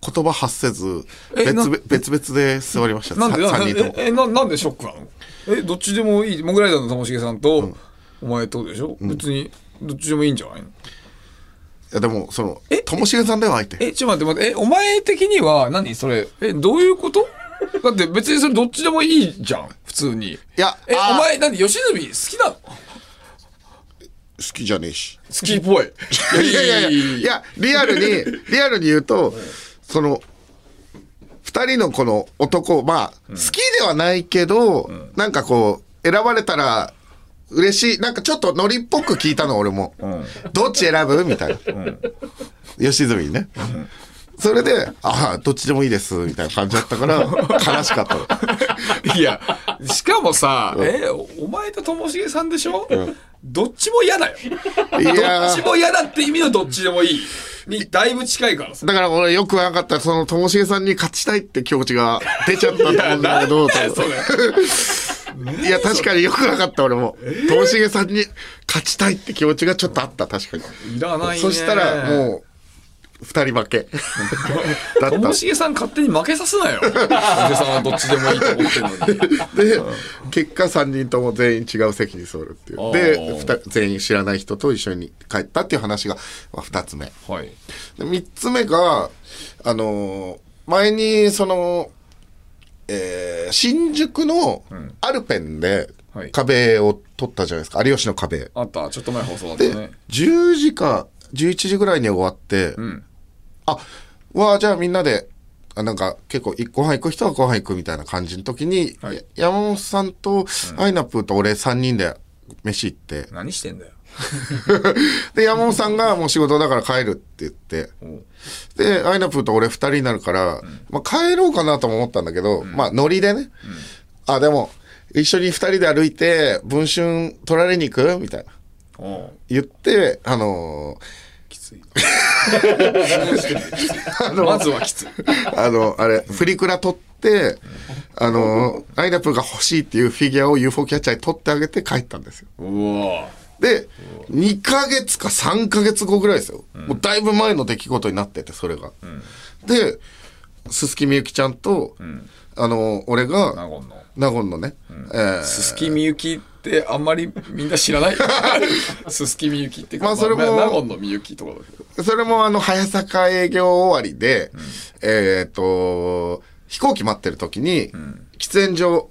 Speaker 1: 言葉発せず
Speaker 2: え
Speaker 1: 別
Speaker 2: な
Speaker 1: 々別々で座りました
Speaker 2: なんでなん
Speaker 1: 3人と
Speaker 2: で
Speaker 1: も
Speaker 2: えななんでショックなのえどっちでもいいモグライダーのともしげさんと、お前とでしょ、別にどっちでもいいんじゃないの
Speaker 1: いやでもそのともしげさんでは相手
Speaker 2: え、ちょっと待って待って、え、お前的には何それ、え、どういうことだって別にそれどっちでもいいじゃん、普通に。い
Speaker 1: や
Speaker 2: え、
Speaker 1: あー
Speaker 2: お前何吉住好きなの好
Speaker 1: 好きじゃねえし
Speaker 2: きっぽい。
Speaker 1: いやいやいやいやリアルに
Speaker 2: *laughs*
Speaker 1: リアルに言うとその2人のこの男をまあ好きではないけど、なんかこう選ばれたら嬉しいなんかちょっとノリっぽく聞いたの俺も、どっち選ぶみたいな、吉住にね、それで「ああどっちでもいいです」みたいな感じだったから
Speaker 2: *laughs*
Speaker 1: 悲しかったの
Speaker 2: いや、しかもさ、え、お前とともしげさんでしょ、どっちも嫌だよ。
Speaker 1: い
Speaker 2: ど
Speaker 1: や
Speaker 2: っち
Speaker 1: ー
Speaker 2: も嫌だって意味のどっちでもいい。にだいぶ近いからさ。
Speaker 1: だから俺よくわかったそのともしげさんに勝ちたいって気持ちが出ちゃったと思うんだけど
Speaker 2: なんだ *laughs* よそれ。
Speaker 1: いや、確かによくなかった、俺も。ともしげさんに勝ちたいって気持ちがちょっとあった、確かに。
Speaker 2: いらないね。
Speaker 1: そしたら、もう、二人負
Speaker 2: *laughs*
Speaker 1: けだ
Speaker 2: と
Speaker 1: っ
Speaker 2: もしげさん勝手に負けさすなよ。おじさんはどっちでもいいと思ってるのに。
Speaker 1: たで結果3人とも全員違う席に座るってい
Speaker 2: あ
Speaker 1: う
Speaker 2: ー
Speaker 1: で二人全員知らない人と一緒に帰ったっていう話が2つ目
Speaker 2: はい。
Speaker 1: で3つ目があのー前にその、えー新宿のアルペンで
Speaker 2: はい
Speaker 1: 壁を取ったじゃないですか、有吉の壁
Speaker 2: あった、ちょっと前放送だった
Speaker 1: で、
Speaker 2: ね。
Speaker 1: 10時か11時ぐらいに終わって、
Speaker 2: ん
Speaker 1: あわあじゃあみんなであなんか結構いご飯行く人はご飯行くみたいな感じの時に、
Speaker 2: はい
Speaker 1: や山本さんとアイナプーと俺3人で飯行って、
Speaker 2: 何してんだよ。
Speaker 1: で山本さんがもう仕事だから帰るって言ってでアイナプーと俺2人になるから、まあ、帰ろうかなとも思ったんだけど、まあノリでね、あでも一緒に2人で歩いて文春取られに行くみたいな
Speaker 2: おう
Speaker 1: 言ってあのー
Speaker 2: きつい。まずは
Speaker 1: *laughs*
Speaker 2: きつい。
Speaker 1: あの、あれ、 *laughs* フリクラ取って、あの、アイナプーが欲しいっていうフィギュアを UFO キャッチャーに取ってあげて帰ったんですよ。
Speaker 2: うわ
Speaker 1: で、2ヶ月か3ヶ月後ぐらいですよ。もうだいぶ前の出来事になってて、それが。で、鈴木みゆきちゃんと、あの、俺
Speaker 2: 納
Speaker 1: が、
Speaker 2: 言の。
Speaker 1: 納言のね、えー
Speaker 2: すすきみゆきってあんまりみんな知
Speaker 1: *laughs*
Speaker 2: らない。すすきみゆきっていうか、
Speaker 1: まあそれも
Speaker 2: 納言のみゆきとかだけど。
Speaker 1: それもあの、早坂営業終わりで、えっ、と、飛行機待ってる時に、喫煙所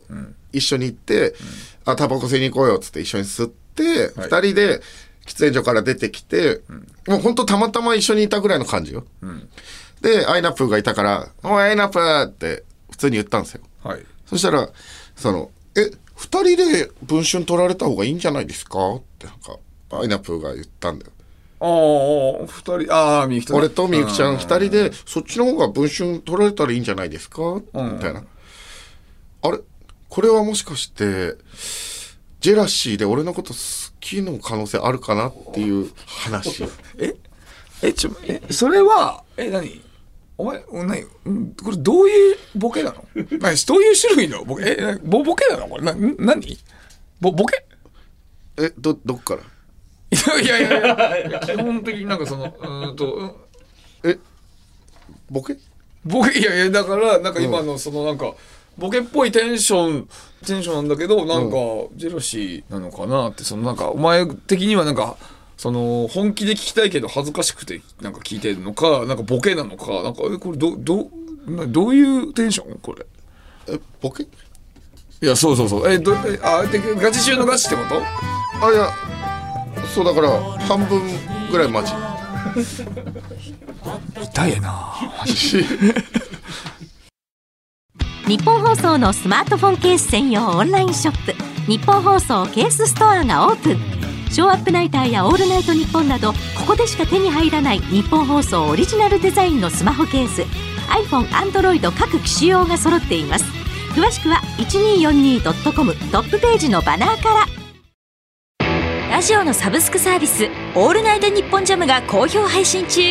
Speaker 1: 一緒に行って、あ、タバコ吸いに行こうよっつって一緒に吸って、二、
Speaker 2: はい
Speaker 1: 人で喫煙所から出てきて、もうほんとたまたま一緒にいたぐらいの感じよ。で、アイナップーがいたから、おい、アイナップーって普通に言ったんですよ。
Speaker 2: はい。
Speaker 1: そしたら、その、え、二人で文春取られた方がいいんじゃないですかってなんか、アイナップーが言ったんだよ。
Speaker 2: ああ、二人、ああ、みゆきとね
Speaker 1: 俺とみゆきちゃん2人でそっちの方が文春取られたらいいんじゃないですかみたいなあれこれはもしかしてジェラシーで俺のこと好きの可能性あるかなっていう *laughs* 話
Speaker 2: え、ちょ、え、それは、え、何お前、お何んこれどういうボケなの何どういう種類のボケえ、なボボケなのこれ、な、ん何ボ、ボケ *laughs*
Speaker 1: えどどっから
Speaker 2: いやいやいやいや、基本的になんかその、うーんと、うん
Speaker 1: えボケ
Speaker 2: ボケ、いやいや、だから、なんか今のそのなんか、ボケっぽいテンション、テンションなんだけど、なんか、ジェラシーなのかなって、そのなんか、お前的にはなんか、その、本気で聞きたいけど恥ずかしくて、なんか聞いてるのか、なんかボケなのか、なんか、え、これど、ど、などういうテンションこれ。
Speaker 1: えボケ
Speaker 2: いや、そうそうそう。え、ど、えあ、でガチ中のガチってこと
Speaker 1: あいやそうだから半分ぐらいマジ
Speaker 2: 痛いな
Speaker 3: 日本放送のスマートフォンケース専用オンラインショップ日本放送ケースストアがオープンショーアップナイターやオールナイトニッポンなどここでしか手に入らない日本放送オリジナルデザインのスマホケース iPhone、Android 各機種用が揃っています詳しくは 1242.com トップページのバナーからラジオのサブスクサービス「オールナイトニッポンジャムが好評配信中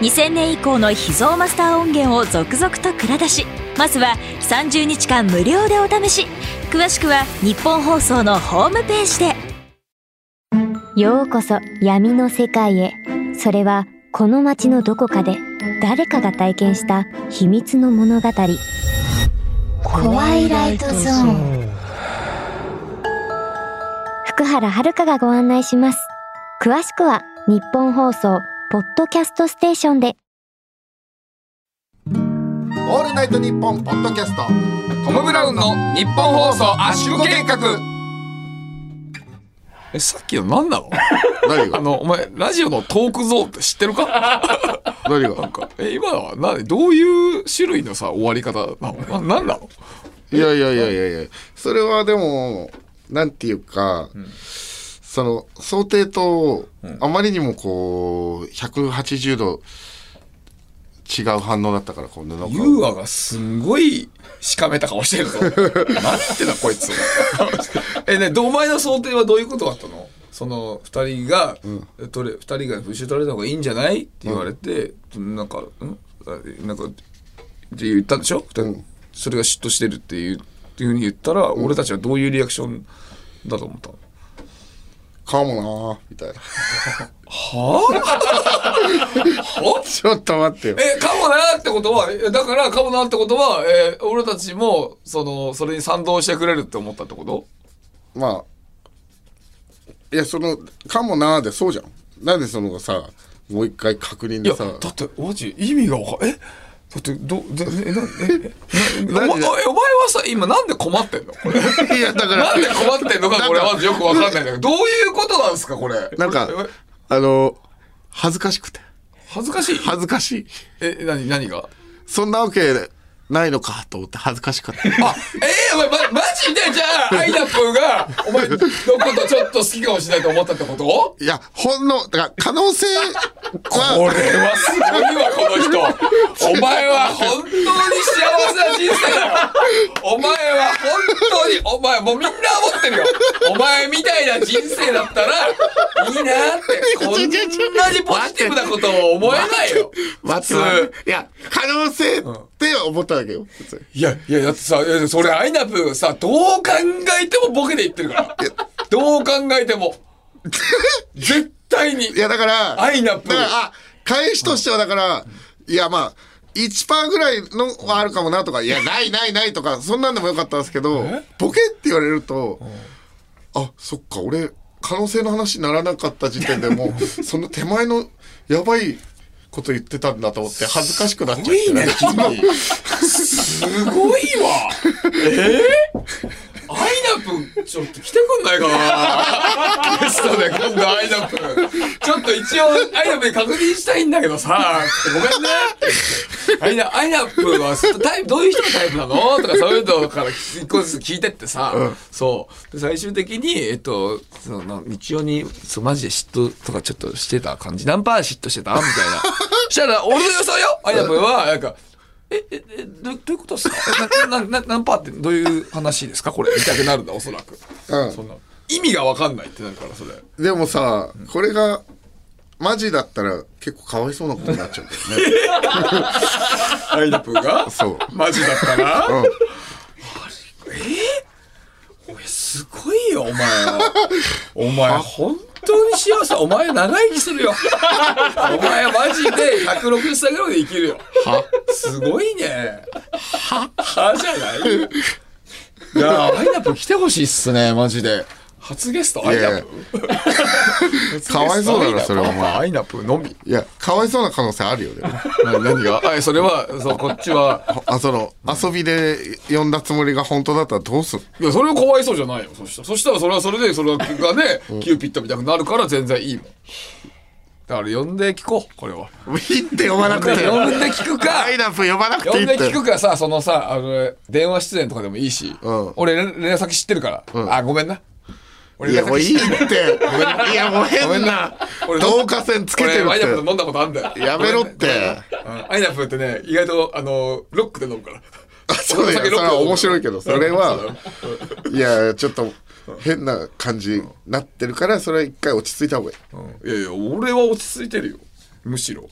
Speaker 3: 2000年以降の秘蔵マスター音源を続々と蔵出しまずは30日間無料でお試し詳しくは日本放送のホームページで
Speaker 8: ようこそ闇の世界へそれはこの街のどこかで誰かが体験した秘密の物語怖いライトゾーン福原遥がご案内します詳しくは日本放送ポッドキャストステーションで
Speaker 1: 「オールナイトニッポン」ポッドキャスト
Speaker 2: トム・ブラウンの日本放送圧縮計画え、さっきの何なの
Speaker 1: 何
Speaker 2: あ
Speaker 1: が
Speaker 2: の、お前、ラジオのトークゾーンって知ってるか
Speaker 1: 何
Speaker 2: な
Speaker 1: が
Speaker 2: んか、え、今のは何どういう種類のさ、終わり方なのな何なの
Speaker 1: *laughs* いやいやいやいやいや、それはでも、なんていうか、その、想定と、あまりにもこう、180度違う反応だったから、こう、布
Speaker 2: ユ
Speaker 1: が。
Speaker 2: ーアがすんごいしかめた顔してる *laughs* ぞ。なんてな、こいつ。え、ね、お前の想定はどういうことだったのその二人が、取れ二人が復習取れた方がいいんじゃないって言われて、なんか、んあなんか、って言ったんでしょ、二人それが嫉妬してるっていう、っていうふうに言ったら、俺たちはどういうリアクションだと思ったの
Speaker 1: かもなーみたいな。
Speaker 2: はぁは
Speaker 1: *laughs* ちょっと待ってよ
Speaker 2: え、かもなってことは、えだからかもなってことは、えー俺たちも、その、それに賛同してくれるって思ったってこと
Speaker 1: まあいやその「かもな」でそうじゃんなんでそのさもう一回確認
Speaker 2: い
Speaker 1: で
Speaker 2: や、
Speaker 1: さ
Speaker 2: だって、マジ、意味がわかんえだって、ど、で、え、な、え、な、お
Speaker 1: マ
Speaker 2: 前お
Speaker 1: ジ
Speaker 2: 前
Speaker 1: で
Speaker 2: はさ、今なんで困ってんのこれ。
Speaker 1: いやだから
Speaker 2: なんで困ってんのか、これはよくわかんないんだけど、どういうことなんですか、これ。
Speaker 1: なんか
Speaker 2: え
Speaker 1: あの恥ずかしくて
Speaker 2: 恥ずかしい。
Speaker 1: 恥ずかしい
Speaker 2: え、なに、何が
Speaker 1: そんなわけないのかと思って恥ずかしかった
Speaker 2: あ、えー、お前、ま、マジでじゃあ、アイナプーが、お前のことちょっと好きかもしれないと思ったってこと
Speaker 1: いやほんのだから可能性
Speaker 2: *laughs* 俺
Speaker 1: は
Speaker 2: はすごいわ、この人。お前は本当に幸せな人生だよ。お前は本当に、お前、もうみんな思ってるよ。お前みたいな人生だったら、いいなって、こんなにポジティブなことを思えないよ。
Speaker 1: 待って待っていや可能性って思っただけよ普通に
Speaker 2: いや、いや、だってさ、いやそれ、アイナプーさ、どう考えてもボケで言ってるから。どう考えても。絶対に。
Speaker 1: いやだから
Speaker 2: アイナプー
Speaker 1: だからあ返しとしてはだから、いやまあ1%ぐらいのはあるかもなとか、いや、ないないないとか、そんなんでもよかったんですけど、ボケって言われると、あ、そっか、俺、可能性の話にならなかった時点でも
Speaker 2: *laughs*
Speaker 1: う、その手前のやばいこと言ってたんだと思って、恥ずかしくなっちゃって。
Speaker 2: い
Speaker 1: *laughs*
Speaker 2: いね、君。すごいわ。えー、アイナプン、ちょっと来てくんないかな。ゲストで今度アイナプン。ちょっと一応、アイナプンに確認したいんだけどさ、ごめんね。アイナ、アイナプンはタイプ、どういう人のタイプなの *laughs* とかそういうのから一個ずつ聞いてってさ、そう。で最終的に、えっと、その、日曜に、そうマジで嫉妬とかちょっとしてた感じ。何パー嫉妬してたみた *laughs* いな。したら、俺の予想よアイナプンは、なんか、え、え、え、どどういうことですかえな、な、な、何パーってどういう話ですかこれ、見たくなるんだ、おそらく。
Speaker 1: うん
Speaker 2: そんな。意味がわかんないってなるから、それ。
Speaker 1: でもさ、これが、マジだったら結構かわいそうなことになっちゃうんだよ *laughs* ね。
Speaker 2: アイナプーが
Speaker 1: そう。
Speaker 2: マジだったら、
Speaker 1: うん
Speaker 2: お前すごいよ、お前。お前、本当に幸せ。お前、長生きするよ。お前、マジで160歳ぐらいまで生きるよ。はすごいね。ははじゃないよいやー、アイナプー来てほしいっすね、マジで。初ゲスト、アイナプ
Speaker 1: *laughs*
Speaker 2: ー。
Speaker 1: かわいそうだろそれはお前
Speaker 2: アイナプーのみ。
Speaker 1: いや、かわいそうな可能性あるよね。
Speaker 2: な何があそれは、そう、こっちは。
Speaker 1: あその遊びで呼んだつもりが本当だったらどうする
Speaker 2: いや、それはかわいそうじゃないよ、そしたら。そしたら、それはそれで、それが
Speaker 1: *laughs*
Speaker 2: ね、キューピッドみたいになるから全然いいもん。だから、呼んで聞こう、これは。
Speaker 1: いいって呼ばな
Speaker 2: 呼
Speaker 1: く *laughs* てよ
Speaker 2: んで聞くか
Speaker 1: ライナップ呼ばなくて
Speaker 2: 呼
Speaker 1: いい
Speaker 2: ん
Speaker 1: って
Speaker 2: で聞くかさそのさあの電話出演とかでもいいし、
Speaker 1: うん
Speaker 2: 俺連連絡先知ってるから、あごめんな俺
Speaker 1: いやもういい
Speaker 2: 知ってる
Speaker 1: っていやもう
Speaker 2: ごめ
Speaker 1: 変な
Speaker 2: んな俺
Speaker 1: 導火線つけてる
Speaker 2: 俺アイナップ
Speaker 1: っ
Speaker 2: と飲んだことあんだよ
Speaker 1: てやめろって
Speaker 2: うんアイナップってね意外とあのロックで飲むから
Speaker 1: そうだよ
Speaker 2: 俺の酒ロックで飲む
Speaker 1: それは面白
Speaker 2: から
Speaker 1: いけどそれ
Speaker 2: うん
Speaker 1: はうんいやちょっと変な感じになってるからそれは一回落ち着いた方がいい
Speaker 2: いやいや俺は落ち着いてるよむしろ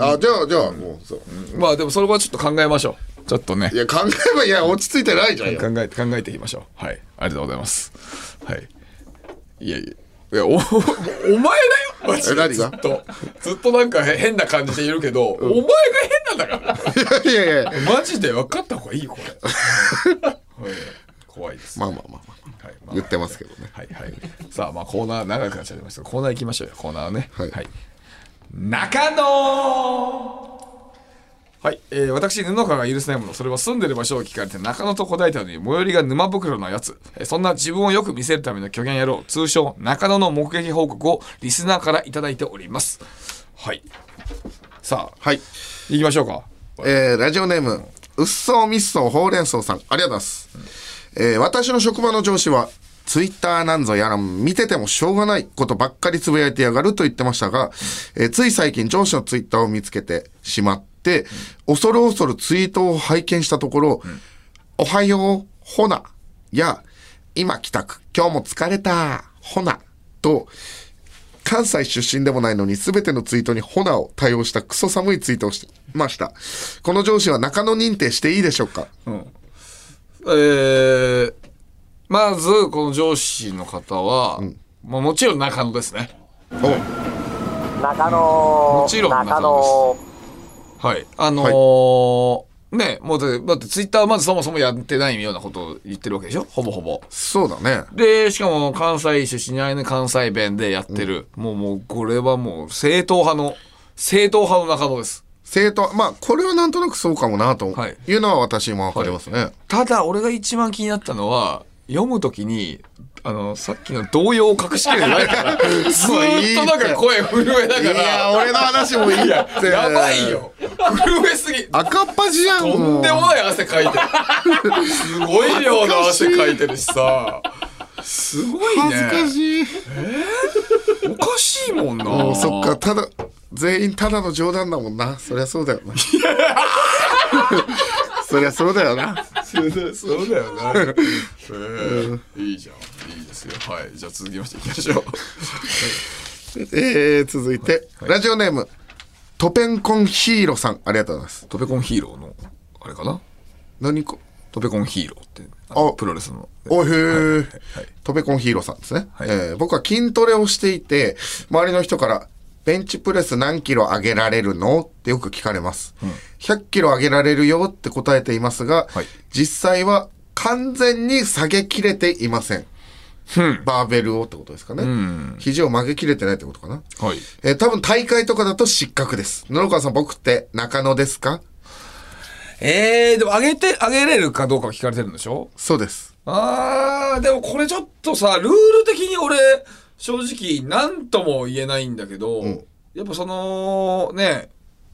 Speaker 1: あじゃあじゃあもうそう
Speaker 2: まあでもそれはちょっと考えましょうちょっとね
Speaker 1: いや考えばいや落ち着いてないじゃんよ
Speaker 2: 考えて考えていきましょうはいありがとうございますはいいやいやいやお *laughs* お前だよマジで
Speaker 1: え何が
Speaker 2: ずっとずっとなんかへ変な感じでいるけど、お前が変なんだか
Speaker 1: *laughs*
Speaker 2: ら
Speaker 1: いやいやいや
Speaker 2: マジで分かった方がいいよこれ、はい怖いです、
Speaker 1: まあまあまあま
Speaker 2: はいま
Speaker 1: あ
Speaker 2: あ
Speaker 1: 言ってますけどね
Speaker 2: はいはいさあまあコーナー長くなっちゃいましたけどコーナー行きましょうよコーナーね
Speaker 1: はい
Speaker 2: 中野はい、えー、私布川が許せないものそれは住んでる場所を聞かれて中野と答えたのに最寄りが沼袋のやつ、えーそんな自分をよく見せるための虚言野郎通称中野の目撃報告をリスナーからいただいておりますはいさあ
Speaker 1: はい
Speaker 2: 行きましょうか
Speaker 1: えーラジオネームうっそうみっそうほうれん草さんありがとうございます、えー私の職場の上司はツイッターなんぞやら見ててもしょうがないことばっかりつぶやいてやがると言ってましたが、えーつい最近上司のツイッターを見つけてしまって、恐る恐るツイートを拝見したところ、おはよう、ほな、や、今帰宅、今日も疲れた、ほな、と、関西出身でもないのに全てのツイートにホナを対応したクソ寒いツイートをしてました。この上司は中野認定していいでしょうか
Speaker 2: えー、まずこの上司の方は、まあ、もちろん中野ですね
Speaker 1: お
Speaker 9: 中野
Speaker 2: もちろん中
Speaker 9: 中
Speaker 2: 野です
Speaker 9: 野
Speaker 2: はい。あのーねもうだって、だってツイッターまずそもそもやってないようなことを言ってるわけでしょほぼほぼ。
Speaker 1: そうだね
Speaker 2: で、しかも関西出身じゃないのに関西弁でやってる。もうもう、これはもう正統派の、正統派の中野です。
Speaker 1: 正当まあこれはなんとなくそうかもなと
Speaker 2: はい
Speaker 1: いうのは私も分かりますね、
Speaker 2: ただ、俺が一番気になったのは、読むときに、あの、さっきの動揺を隠しきれてない
Speaker 1: *laughs*
Speaker 2: から、ずーっとなんか声震えなが
Speaker 1: いや
Speaker 2: ら、
Speaker 1: 俺の話もいいってや
Speaker 2: やばいよ震えすぎ
Speaker 1: 赤っ端じゃん
Speaker 2: と
Speaker 1: も
Speaker 2: ん
Speaker 1: う
Speaker 2: でもない汗かいてる。すごい量の汗かいてるしさ。すごいね。
Speaker 1: 恥ずかしい
Speaker 2: おかしいもんな。
Speaker 1: もうそっか。ただ全員ただの冗談だもんなそりゃそうだよな *laughs* そりゃそうだよな
Speaker 2: そうだそうだ
Speaker 1: *laughs*
Speaker 2: よな、えーいいじゃん。いいですよ。はい。じゃあ続きましていきましょう。
Speaker 1: えー、続いて、ラジオネームトペンコンヒーローさんありがとうございます
Speaker 2: トペコンヒーローの、あれかな
Speaker 1: 何こ
Speaker 2: トペコンヒーローって、あの
Speaker 1: あ
Speaker 2: プロレスの。
Speaker 1: おへー、
Speaker 2: はい
Speaker 1: トペコンヒーローさんですね、
Speaker 2: はい
Speaker 1: えー僕は筋トレをしていて周りの人から「ベンチプレス何キロ上げられるの?」ってよく聞かれます、100キロ上げられるよって答えていますが、
Speaker 2: はい
Speaker 1: 実際は完全に下げきれていませんバーベルをってことですかね、肘を曲げきれてないってことかな
Speaker 2: はい。
Speaker 1: えー多分大会とかだと失格です。野々川さん、僕って中野ですか
Speaker 2: えー、でも上げて、上げれるかどうかを聞かれてるんでしょ
Speaker 1: そうです。
Speaker 2: あー、でもこれちょっとさ、ルール的に俺、正直、なんとも言えないんだけど、やっぱその、ね、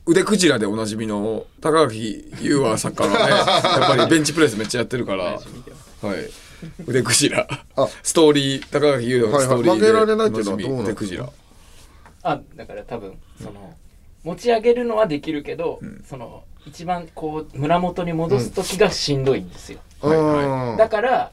Speaker 2: 腕クジラでおなじみの高垣優和さんからね、
Speaker 1: *laughs*
Speaker 2: やっぱりベンチプレスめっちゃやってるから、はい。腕クジラ。ストーリー、高垣優和のストーリーで、
Speaker 1: はいはい曲げられないっていうのはどうなんですか
Speaker 2: 腕クジラ。
Speaker 10: あだから多分その持ち上げるのはできるけど、その一番こう胸元に戻す時がしんどいんですよ、
Speaker 1: はい
Speaker 2: は
Speaker 10: だから、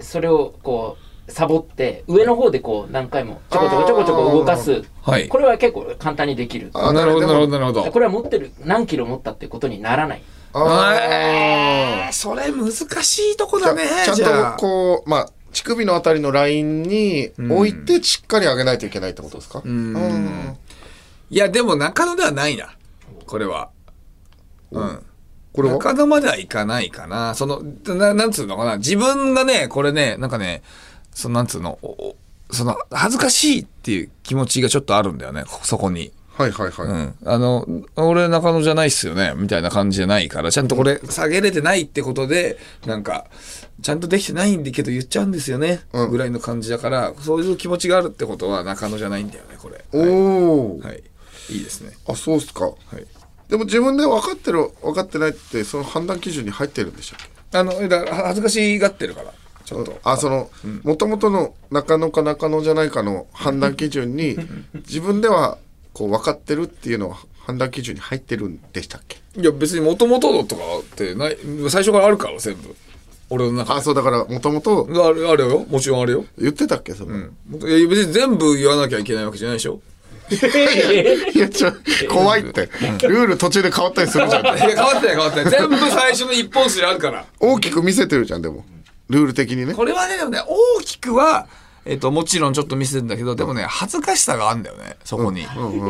Speaker 10: それをこうサボって上の方でこう何回もちょこちょこちょこちょこ動かす、
Speaker 2: はい
Speaker 10: こ。れは結構簡単にできる
Speaker 1: あ
Speaker 2: あ、なるほど、なるほど、
Speaker 1: で
Speaker 2: なるほど。
Speaker 10: これは持ってる何キロ持ったってことにならない
Speaker 2: えーそれ難しいとこだね。
Speaker 1: ちゃ
Speaker 2: じ
Speaker 1: ん
Speaker 2: ゃあ
Speaker 1: とこう、まあ、乳首のあたりのラインに置いてしっかり上げないといけないってことですかうん
Speaker 2: いや、でも中野ではないな。これは。うん。
Speaker 1: これは
Speaker 2: 中野まではいかないかな。その、ななんつうのかな。自分がね、これね、なんかね、その、なんつうの、おおその、恥ずかしいっていう気持ちがちょっとあるんだよね、こそこに。
Speaker 1: はいはいはい。
Speaker 2: うん。あの、俺中野じゃないっすよね、みたいな感じじゃないから、ちゃんとこれ下げれてないってことで、なんか、ちゃんとできてないんだけど言っちゃうんですよね、
Speaker 1: うん
Speaker 2: ぐらいの感じだから、そういう気持ちがあるってことは中野じゃないんだよね、これ。
Speaker 1: おお、
Speaker 2: はい。いいですね。
Speaker 1: あ、そうっすか。
Speaker 2: はい。
Speaker 1: でも自分で分かってる、分かってないって、その判断基準に入ってるんでしたっけ
Speaker 2: あの、えだからは恥ずかしがってるから、ちょっと。
Speaker 1: あ、その、もともとの中野か中野じゃないかの判断基準に、自分ではこう分かってるっていうのは判断基準に入ってるんでしたっけ
Speaker 2: いや、別に元々のとかってない、最初からあるから、全部。俺の中
Speaker 1: あ、そうだから、もともと
Speaker 2: ある、あるよ。もちろんあるよ。
Speaker 1: 言ってたっけその、
Speaker 2: いや、別に全部言わなきゃいけないわけじゃないでしょ。
Speaker 1: *laughs* いや、ちょ、怖いって。ルール途中で変わったりするじゃん
Speaker 2: い。や、変わってない変わってない。全部最初の一本筋あるから。
Speaker 1: 大きく見せてるじゃん、でも。ルール的にね。
Speaker 2: これはね、でもね、大きくは、えっと、もちろんちょっと見せてんだけど、でもね、恥ずかしさがあるんだよね、そこに。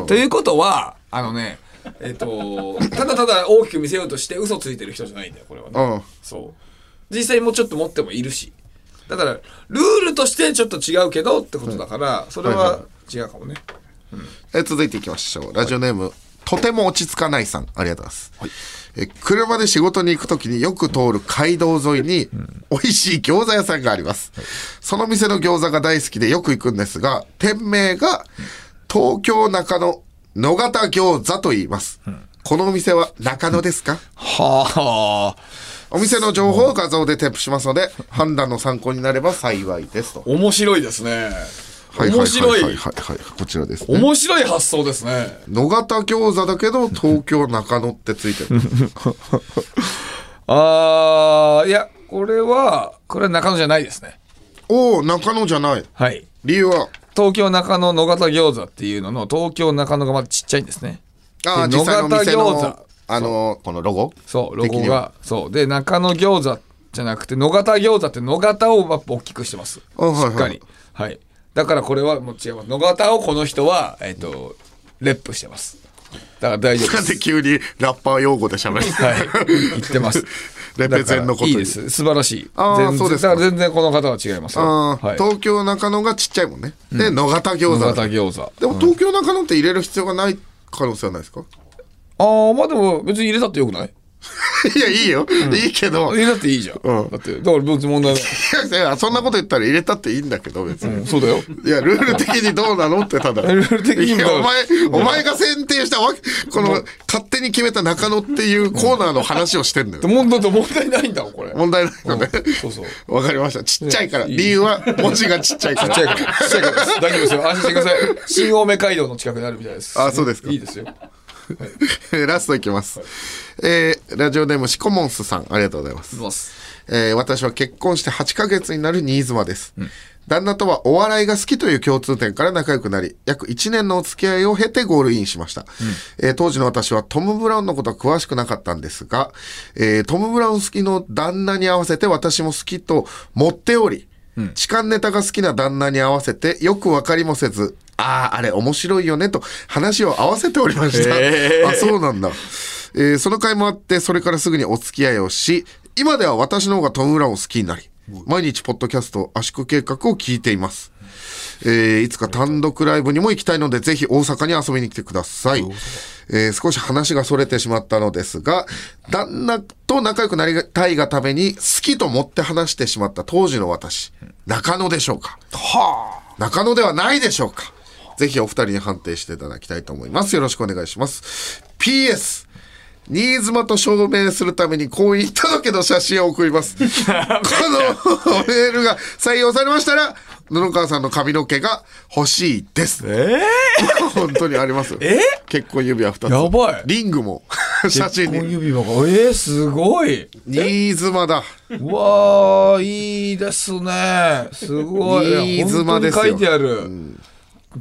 Speaker 2: ということは、あのね、えっと、ただただ大きく見せようとして嘘ついてる人じゃないんだよ、これはね。
Speaker 1: うん。
Speaker 2: そう。実際もうちょっと持ってもいるし。だから、ルールとしてちょっと違うけどってことだから、それは違うかもね。
Speaker 1: え続いていきましょう。ラジオネーム、とても落ち着かないさん。ありがとうございます。え車で仕事に行くときによく通る街道沿いに、美味しい餃子屋さんがあります。その店の餃子が大好きでよく行くんですが、店名が、東京中野野方餃子と言います。このお店は中野ですか
Speaker 2: はあ、
Speaker 1: お店の情報を画像で添付しますので、判断の参考になれば幸いですと。
Speaker 2: 面白いですね。
Speaker 1: はいはい
Speaker 2: 面白
Speaker 1: はいはい
Speaker 2: い。
Speaker 1: はいはい、こちらです、ね。
Speaker 2: 面白い発想ですね。
Speaker 1: 野方餃子だけど、東京中野ってついてる。
Speaker 2: ああ、いや、これは、これは中野じゃないですね。
Speaker 1: おお、中野じゃない。
Speaker 2: はい。
Speaker 1: 理由は、
Speaker 2: 東京中野野方餃子っていうのの、東京中野がまだちっちゃいんですね。
Speaker 1: ああ、
Speaker 2: で
Speaker 1: 実際のお店
Speaker 2: 野方餃
Speaker 1: の
Speaker 2: 子、
Speaker 1: あの、このロゴ
Speaker 2: そう、ロ
Speaker 1: 的
Speaker 2: ゴ
Speaker 1: には
Speaker 2: が。そう。で、中野餃子じゃなくて、野方餃子って野方をやっぱ大きくしてます。し
Speaker 1: あはいはい
Speaker 2: っかり。はい。だからこれはもう違います。野方をこの人は、えっ、と、レップしてます。だから大丈夫
Speaker 1: なん
Speaker 2: で。
Speaker 1: *laughs* です急にラッパー用語で喋る
Speaker 2: はい、言ってます。
Speaker 1: *laughs* レペゼンのこと
Speaker 2: だからい
Speaker 1: に
Speaker 2: いです。素晴らしい。
Speaker 1: あー
Speaker 2: 全然
Speaker 1: そうですか
Speaker 2: だから全然この方は違いますよ。
Speaker 1: あー
Speaker 2: はい。
Speaker 1: 東京中野がちっちゃいもんね、で野方餃
Speaker 2: 野
Speaker 1: 子
Speaker 2: 方餃子。
Speaker 1: でも東京中野って入れる必要がない可能性はない
Speaker 2: *laughs*
Speaker 1: ですか
Speaker 2: ああ、まあでも別に入れたってよくない
Speaker 1: いやいいよ、いいけど
Speaker 2: 入れたっていいじゃん。
Speaker 1: うん
Speaker 2: だって、だから別に問題ない。
Speaker 1: *laughs* いやいやそんなこと言ったら入れたっていいんだけど別に、
Speaker 2: うんそうだよ。
Speaker 1: いや、ルール的にどうなのってただ。
Speaker 2: *laughs* ルール的に
Speaker 1: い
Speaker 2: も
Speaker 1: やお前、お前が選定したわけ、この、勝手に決めた中野っていうコーナーの話をしてんだよ。
Speaker 2: 問題問題ないんだもん、これ。
Speaker 1: 問題ないのね。
Speaker 2: そうそう。
Speaker 1: わかりました。ちっちゃいから。理由は文字がちっちゃいか
Speaker 2: *laughs* ちっ
Speaker 1: ら。
Speaker 2: ちゃいから、ちっちゃいからです大丈夫ですよ。安心してください。新青梅街道の近くにあるみたいです。
Speaker 1: あそうですか
Speaker 2: いいですよ。
Speaker 1: *laughs* ラストいきます。えーラジオネームシコモンスさん、ありがとうございます。えー私は結婚して8ヶ月になる新妻です、旦那とはお笑いが好きという共通点から仲良くなり約1年のお付き合いを経てゴールインしました、えー当時の私はトム・ブラウンのことは詳しくなかったんですが、えートム・ブラウン好きの旦那に合わせて私も好きと持っており、痴漢ネタが好きな旦那に合わせてよく分かりもせずあああれ面白いよねと話を合わせておりました、あそうなんだ、えーその会もあってそれからすぐにお付き合いをし今では私の方がトム・ブラウンを好きになり毎日ポッドキャスト圧縮計画を聞いています、えーいつか単独ライブにも行きたいのでぜひ大阪に遊びに来てください、えー少し話がそれてしまったのですが旦那と仲良くなりたいがために好きと持って話してしまった当時の私中野でしょうか中野ではないでしょうかぜひお二人に判定していただきたいと思いますよろしくお願いします PS 新妻と証明するために婚姻届の写真を送りますこのメールが採用されましたら布川さんの髪の毛が欲しいです
Speaker 2: え
Speaker 1: 本当にありますえ結婚指輪2つ
Speaker 2: やばい
Speaker 1: リングも写真に
Speaker 2: 指輪が、えー、すごい。
Speaker 1: 新妻だ
Speaker 2: うわあ、いいですね。すごい。
Speaker 1: いい妻ですよ
Speaker 2: 本当に書いてある。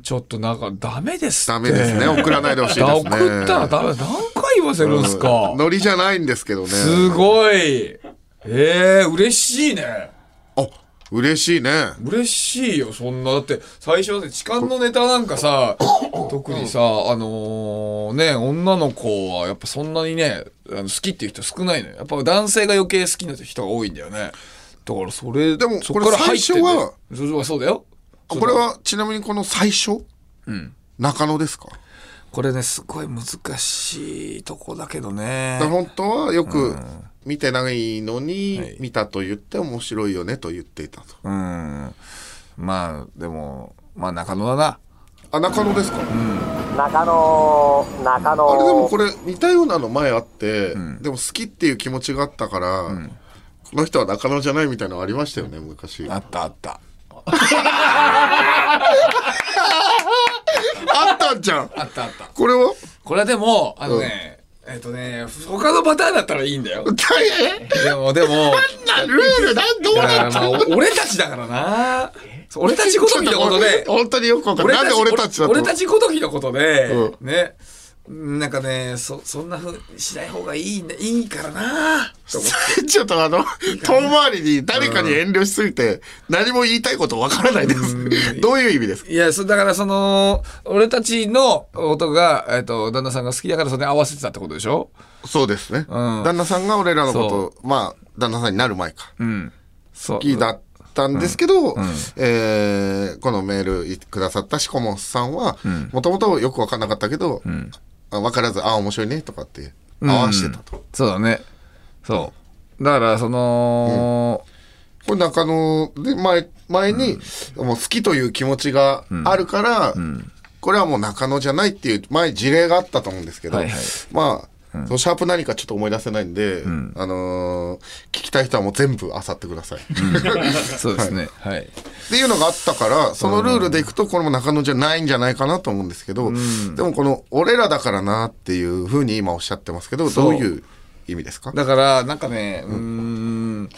Speaker 2: ちょっとなんかダメです
Speaker 1: ダ
Speaker 2: って。
Speaker 1: メですね送らないでほしいです
Speaker 2: だ
Speaker 1: ね
Speaker 2: 送ったらダメ。何回言わせるんですか。
Speaker 1: ノリじゃないんですけどね
Speaker 2: すごい。えー、嬉しいね。
Speaker 1: あ嬉しいね
Speaker 2: 嬉しいよそんなだって最初だって痴漢のネタなんかさ
Speaker 1: *coughs*
Speaker 2: 特にさあのーね女の子はやっぱそんなにねあの好きっていう人少ないのよやっぱ男性が余計好きな人が多いんだよねだからそれ
Speaker 1: でも
Speaker 2: そ
Speaker 1: これ
Speaker 2: から入って
Speaker 1: 最初は
Speaker 2: そうそうそうだよ
Speaker 1: これはちなみにこの最初、中野ですか
Speaker 2: これねすごい難しいとこだけどね
Speaker 1: だから本当はよく見てないのに、見たと言って面白いよねと言っていたと
Speaker 2: うんまあでもまあ中野だな
Speaker 1: あ中野ですか、
Speaker 9: 中野、中野。
Speaker 1: あれでもこれ似たようなの前あって、でも好きっていう気持ちがあったから、この人は中野じゃないみたいなのありましたよね昔
Speaker 2: あ
Speaker 1: あ
Speaker 2: ったあった
Speaker 1: ったんじゃん
Speaker 2: あったあった
Speaker 1: これ
Speaker 2: *laughs*
Speaker 1: は
Speaker 2: これはでもあのね、えっとね他のパターンだったらいいんだよ
Speaker 1: 誰
Speaker 2: でもでも、
Speaker 1: *laughs* なルールなんどう
Speaker 2: だか
Speaker 1: な
Speaker 2: ら
Speaker 1: っ
Speaker 2: まあ俺たちだからな。そう俺たちごときのことで。
Speaker 1: 本当によくわかんないなんで俺たちだと
Speaker 2: 俺たちごときのことで、
Speaker 1: う
Speaker 2: ね。なんかね、そ、そんなふうにしない方がいいね、いいからな。と思って
Speaker 1: *laughs* ちょっとあの遠回りに誰かに遠慮しすぎて何も言いたいことわからないですどういう意味ですか
Speaker 2: いや、そ、だからその、俺たちの音が、えっと、旦那さんが好きだからそれに合わせてたってことでしょ
Speaker 1: そうですね、旦那さんが俺らのことまあ旦那さんになる前か
Speaker 2: うん。そう。
Speaker 1: 好きだったんですけど、えーこのメールくださったしこもんさんはもともとよく分かんなかったけど、あ分からず「あ面白いね」とかって合わしてたと、
Speaker 2: そうだね。そう。だから、その、
Speaker 1: これ中野で前前に、もう好きという気持ちがあるから、これはもう中野じゃないっていう前事例があったと思うんですけど、
Speaker 2: はいはい
Speaker 1: まあ、そのシャープ何かちょっと思い出せないんで、あのー聞きたい人はもう全部漁ってください。 *laughs*
Speaker 2: そうですね。はい。
Speaker 1: っていうのがあったからそのルールでいくとこれも中野じゃないんじゃないかなと思うんですけど、でもこの「俺らだからな」っていうふうに今おっしゃってますけどど
Speaker 2: そうう
Speaker 1: いう意味ですか
Speaker 2: だから、なんかね、うーん、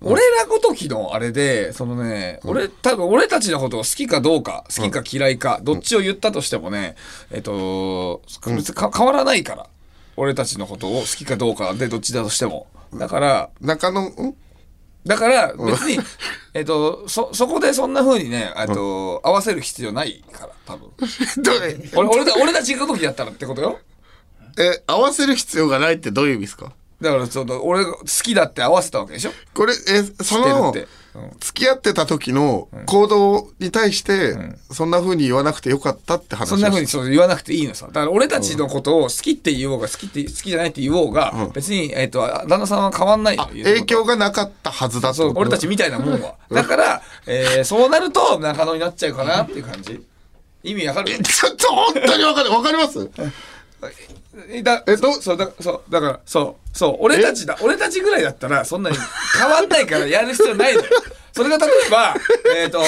Speaker 2: 俺らごときのあれで、そのね、俺、多分俺たちのことを好きかどうか、好きか嫌いか、どっちを言ったとしてもね、えっと、別にか変わらないから。俺たちのことを好きかどうかで、どっちだとしても。だから、
Speaker 1: 中野ん *laughs*
Speaker 2: だから別に、えっと、そそこでそんなふうにね、えっと合わせる必要ないから多分俺俺た俺たち行く時やったらってことよ
Speaker 1: え合わせる必要がないってどういう意味ですか
Speaker 2: だからその俺が好きだって合わせたわけでしょ
Speaker 1: これえその
Speaker 2: してるって
Speaker 1: 付き合ってた時の行動に対して、そんな風に言わなくてよかったって話
Speaker 2: そんなふうにそう言わなくていいのさだから俺たちのことを好きって言おうが好きって好きじゃないって言おうが、別に、えっと旦那さんは変わんないよ
Speaker 1: 影響がなかったはずだ
Speaker 2: そう俺たちみたいなもんはだから、えーそうなると中野になっちゃうかなっていう感じ意味わかる
Speaker 1: ちょっと本当にわかるわかります
Speaker 2: えだえどそうだそうだからそうそう俺たちだ俺たちぐらいだったらそんなに変わんないからやる必要ないのよそれが例えばえっ、と,、え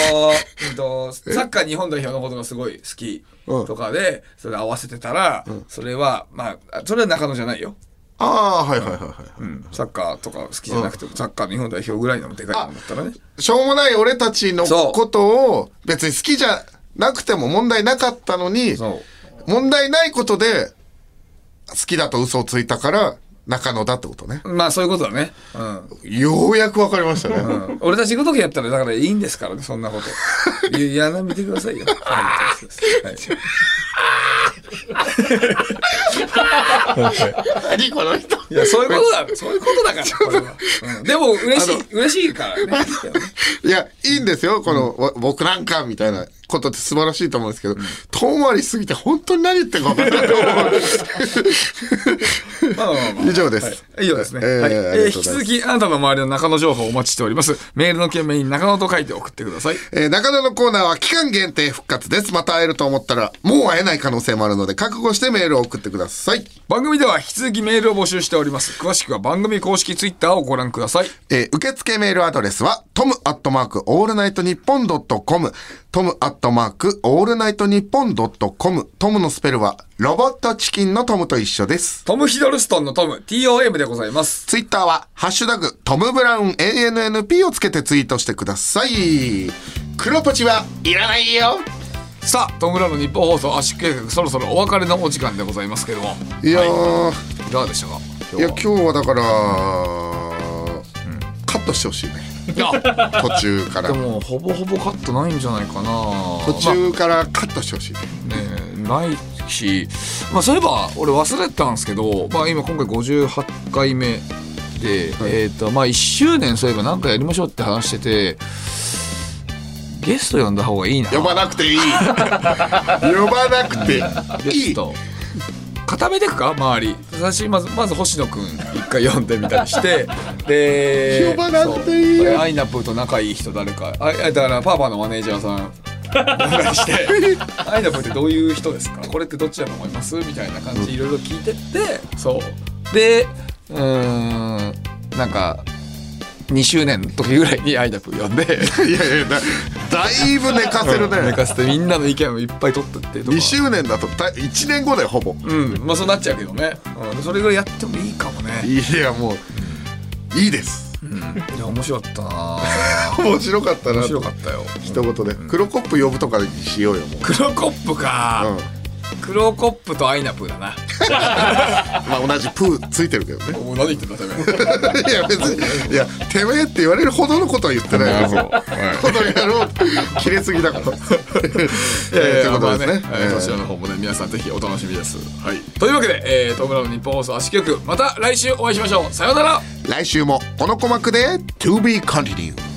Speaker 2: ー、とサッカー日本代表のことがすごい好きとかでそれ合わせてたら、それはまあそれは中野じゃないよ
Speaker 1: ああはいはいはいはい
Speaker 2: うん、サッカーとか好きじゃなくても、サッカー日本代表ぐらいのでかいものだったらね
Speaker 1: しょうもない俺たちの
Speaker 2: そう
Speaker 1: ことを別に好きじゃなくても問題なかったのに
Speaker 2: そう
Speaker 1: 問題ないことで好きだと嘘をついたから中野だってことね
Speaker 2: まあそういうことだね、うん、
Speaker 1: ようやくわかりましたね、
Speaker 2: うん俺たち行く時やったらだからいいんですからねそんなこといやいや見てくださいよ、はいはい
Speaker 1: *laughs* 何この人
Speaker 2: いやそういうことだそういうことだからこれは、うんでも嬉しい嬉しいからね
Speaker 1: いやいいんですよこの、わ僕なんかみたいなことって素晴らしいと思うんですけど、遠回りしすぎて本当に何言ってるか分からないと思う
Speaker 2: *laughs* まあまあまあ
Speaker 1: 以上です、
Speaker 2: はい、以上ですね、
Speaker 1: えー
Speaker 2: はいえ
Speaker 1: ありがとうござい
Speaker 2: ー
Speaker 1: ま
Speaker 2: 引
Speaker 1: す
Speaker 2: き続きあなたの周りの中野情報をお待ちしておりますメールの件名に中野と書いて送ってください
Speaker 1: えー中野のコーナーは期間限定復活です。また会えると思ったら、もう会えない可能性もあるので、覚悟してメールを送ってください。
Speaker 2: 番組では引き続きメールを募集しております詳しくは番組公式ツイッターをご覧ください
Speaker 1: えー受付メールアドレスは、トムアットマークオールナイトニッポンドットコム、トムアットマークオールナイトニッポンドットコム、トムのスペルは、ロボットチキンのトムと一緒です。
Speaker 2: トム・ヒドルストンのトム TOM でございます
Speaker 1: ツイッターは、ハッシュタグ、トムブラウン ANNP をつけてツイートしてください。黒ポチはいらないよ。
Speaker 2: さあトム・ブラウンの日本放送圧縮計画そろそろお別れのお時間でございますけども
Speaker 1: いやー、
Speaker 2: いかがでしたか
Speaker 1: い、や、
Speaker 2: 今
Speaker 1: 今
Speaker 2: 日
Speaker 1: 日はだから、カットしてほしいね。
Speaker 2: は
Speaker 1: 途中から
Speaker 2: でもほぼほぼカットないんじゃないかな
Speaker 1: 途中からカットしてほしいね、
Speaker 2: まあねないし、まあ、そういえば俺忘れてたんですけど、まあ、今今回58回目で、えーとまあ、1周年そういえば何かやりましょうって話しててゲスト呼んだ方がいいな
Speaker 1: 呼ばなく
Speaker 2: *laughs*
Speaker 1: ていい呼ばなくて
Speaker 2: ゲ
Speaker 1: い
Speaker 2: ス
Speaker 1: い
Speaker 2: ト固めてくか周り私まずまず星野くん一回読んでみたりして
Speaker 1: *laughs*
Speaker 2: で
Speaker 1: 呼ばなくていいよ
Speaker 2: そうアイナップーと仲いい人誰かああだからパパのマネージャーさんお願いして
Speaker 1: *laughs*
Speaker 2: アイナップーってどういう人ですかこれってどっちだと思いますみたいな感じでいろいろ聞いてってそうでうーんなんか2周年の時ぐらいにアイナップー呼
Speaker 1: *laughs*
Speaker 2: んで
Speaker 1: いやいやだだいぶ寝かせる
Speaker 2: 寝
Speaker 1: ね
Speaker 2: かせてみんなの意見をいっぱい取ってってとか
Speaker 1: 2周年だとた1年後だよほぼ
Speaker 2: うんまあそうなっちゃうけどね、うん、それぐらいやってもいいかもね
Speaker 1: いやもういいです
Speaker 2: いや *laughs* 面白かったな
Speaker 1: 面白かったな
Speaker 2: 面白かったよ
Speaker 1: 一言で黒コップ呼ぶとかにしようよもう、
Speaker 2: 黒コップ
Speaker 1: う
Speaker 2: か、
Speaker 1: ん、
Speaker 2: 黒コップとアイナプーだな
Speaker 1: まあ同じプーついてるけどね *laughs*
Speaker 2: お何言ってんだてめ *laughs*
Speaker 1: いや別にいやてめえって言われるほどのことは言ってないよ
Speaker 2: なるほど
Speaker 1: ほどやろう切れすぎ *laughs* だからという *laughs* ことですね、
Speaker 2: まあえーそちらの方もね皆さんぜひお楽しみです、はい、というわけで、えー、トムラの日本放送足局また来週お会いしましょうさようなら
Speaker 1: 来週もこの鼓膜で To be continued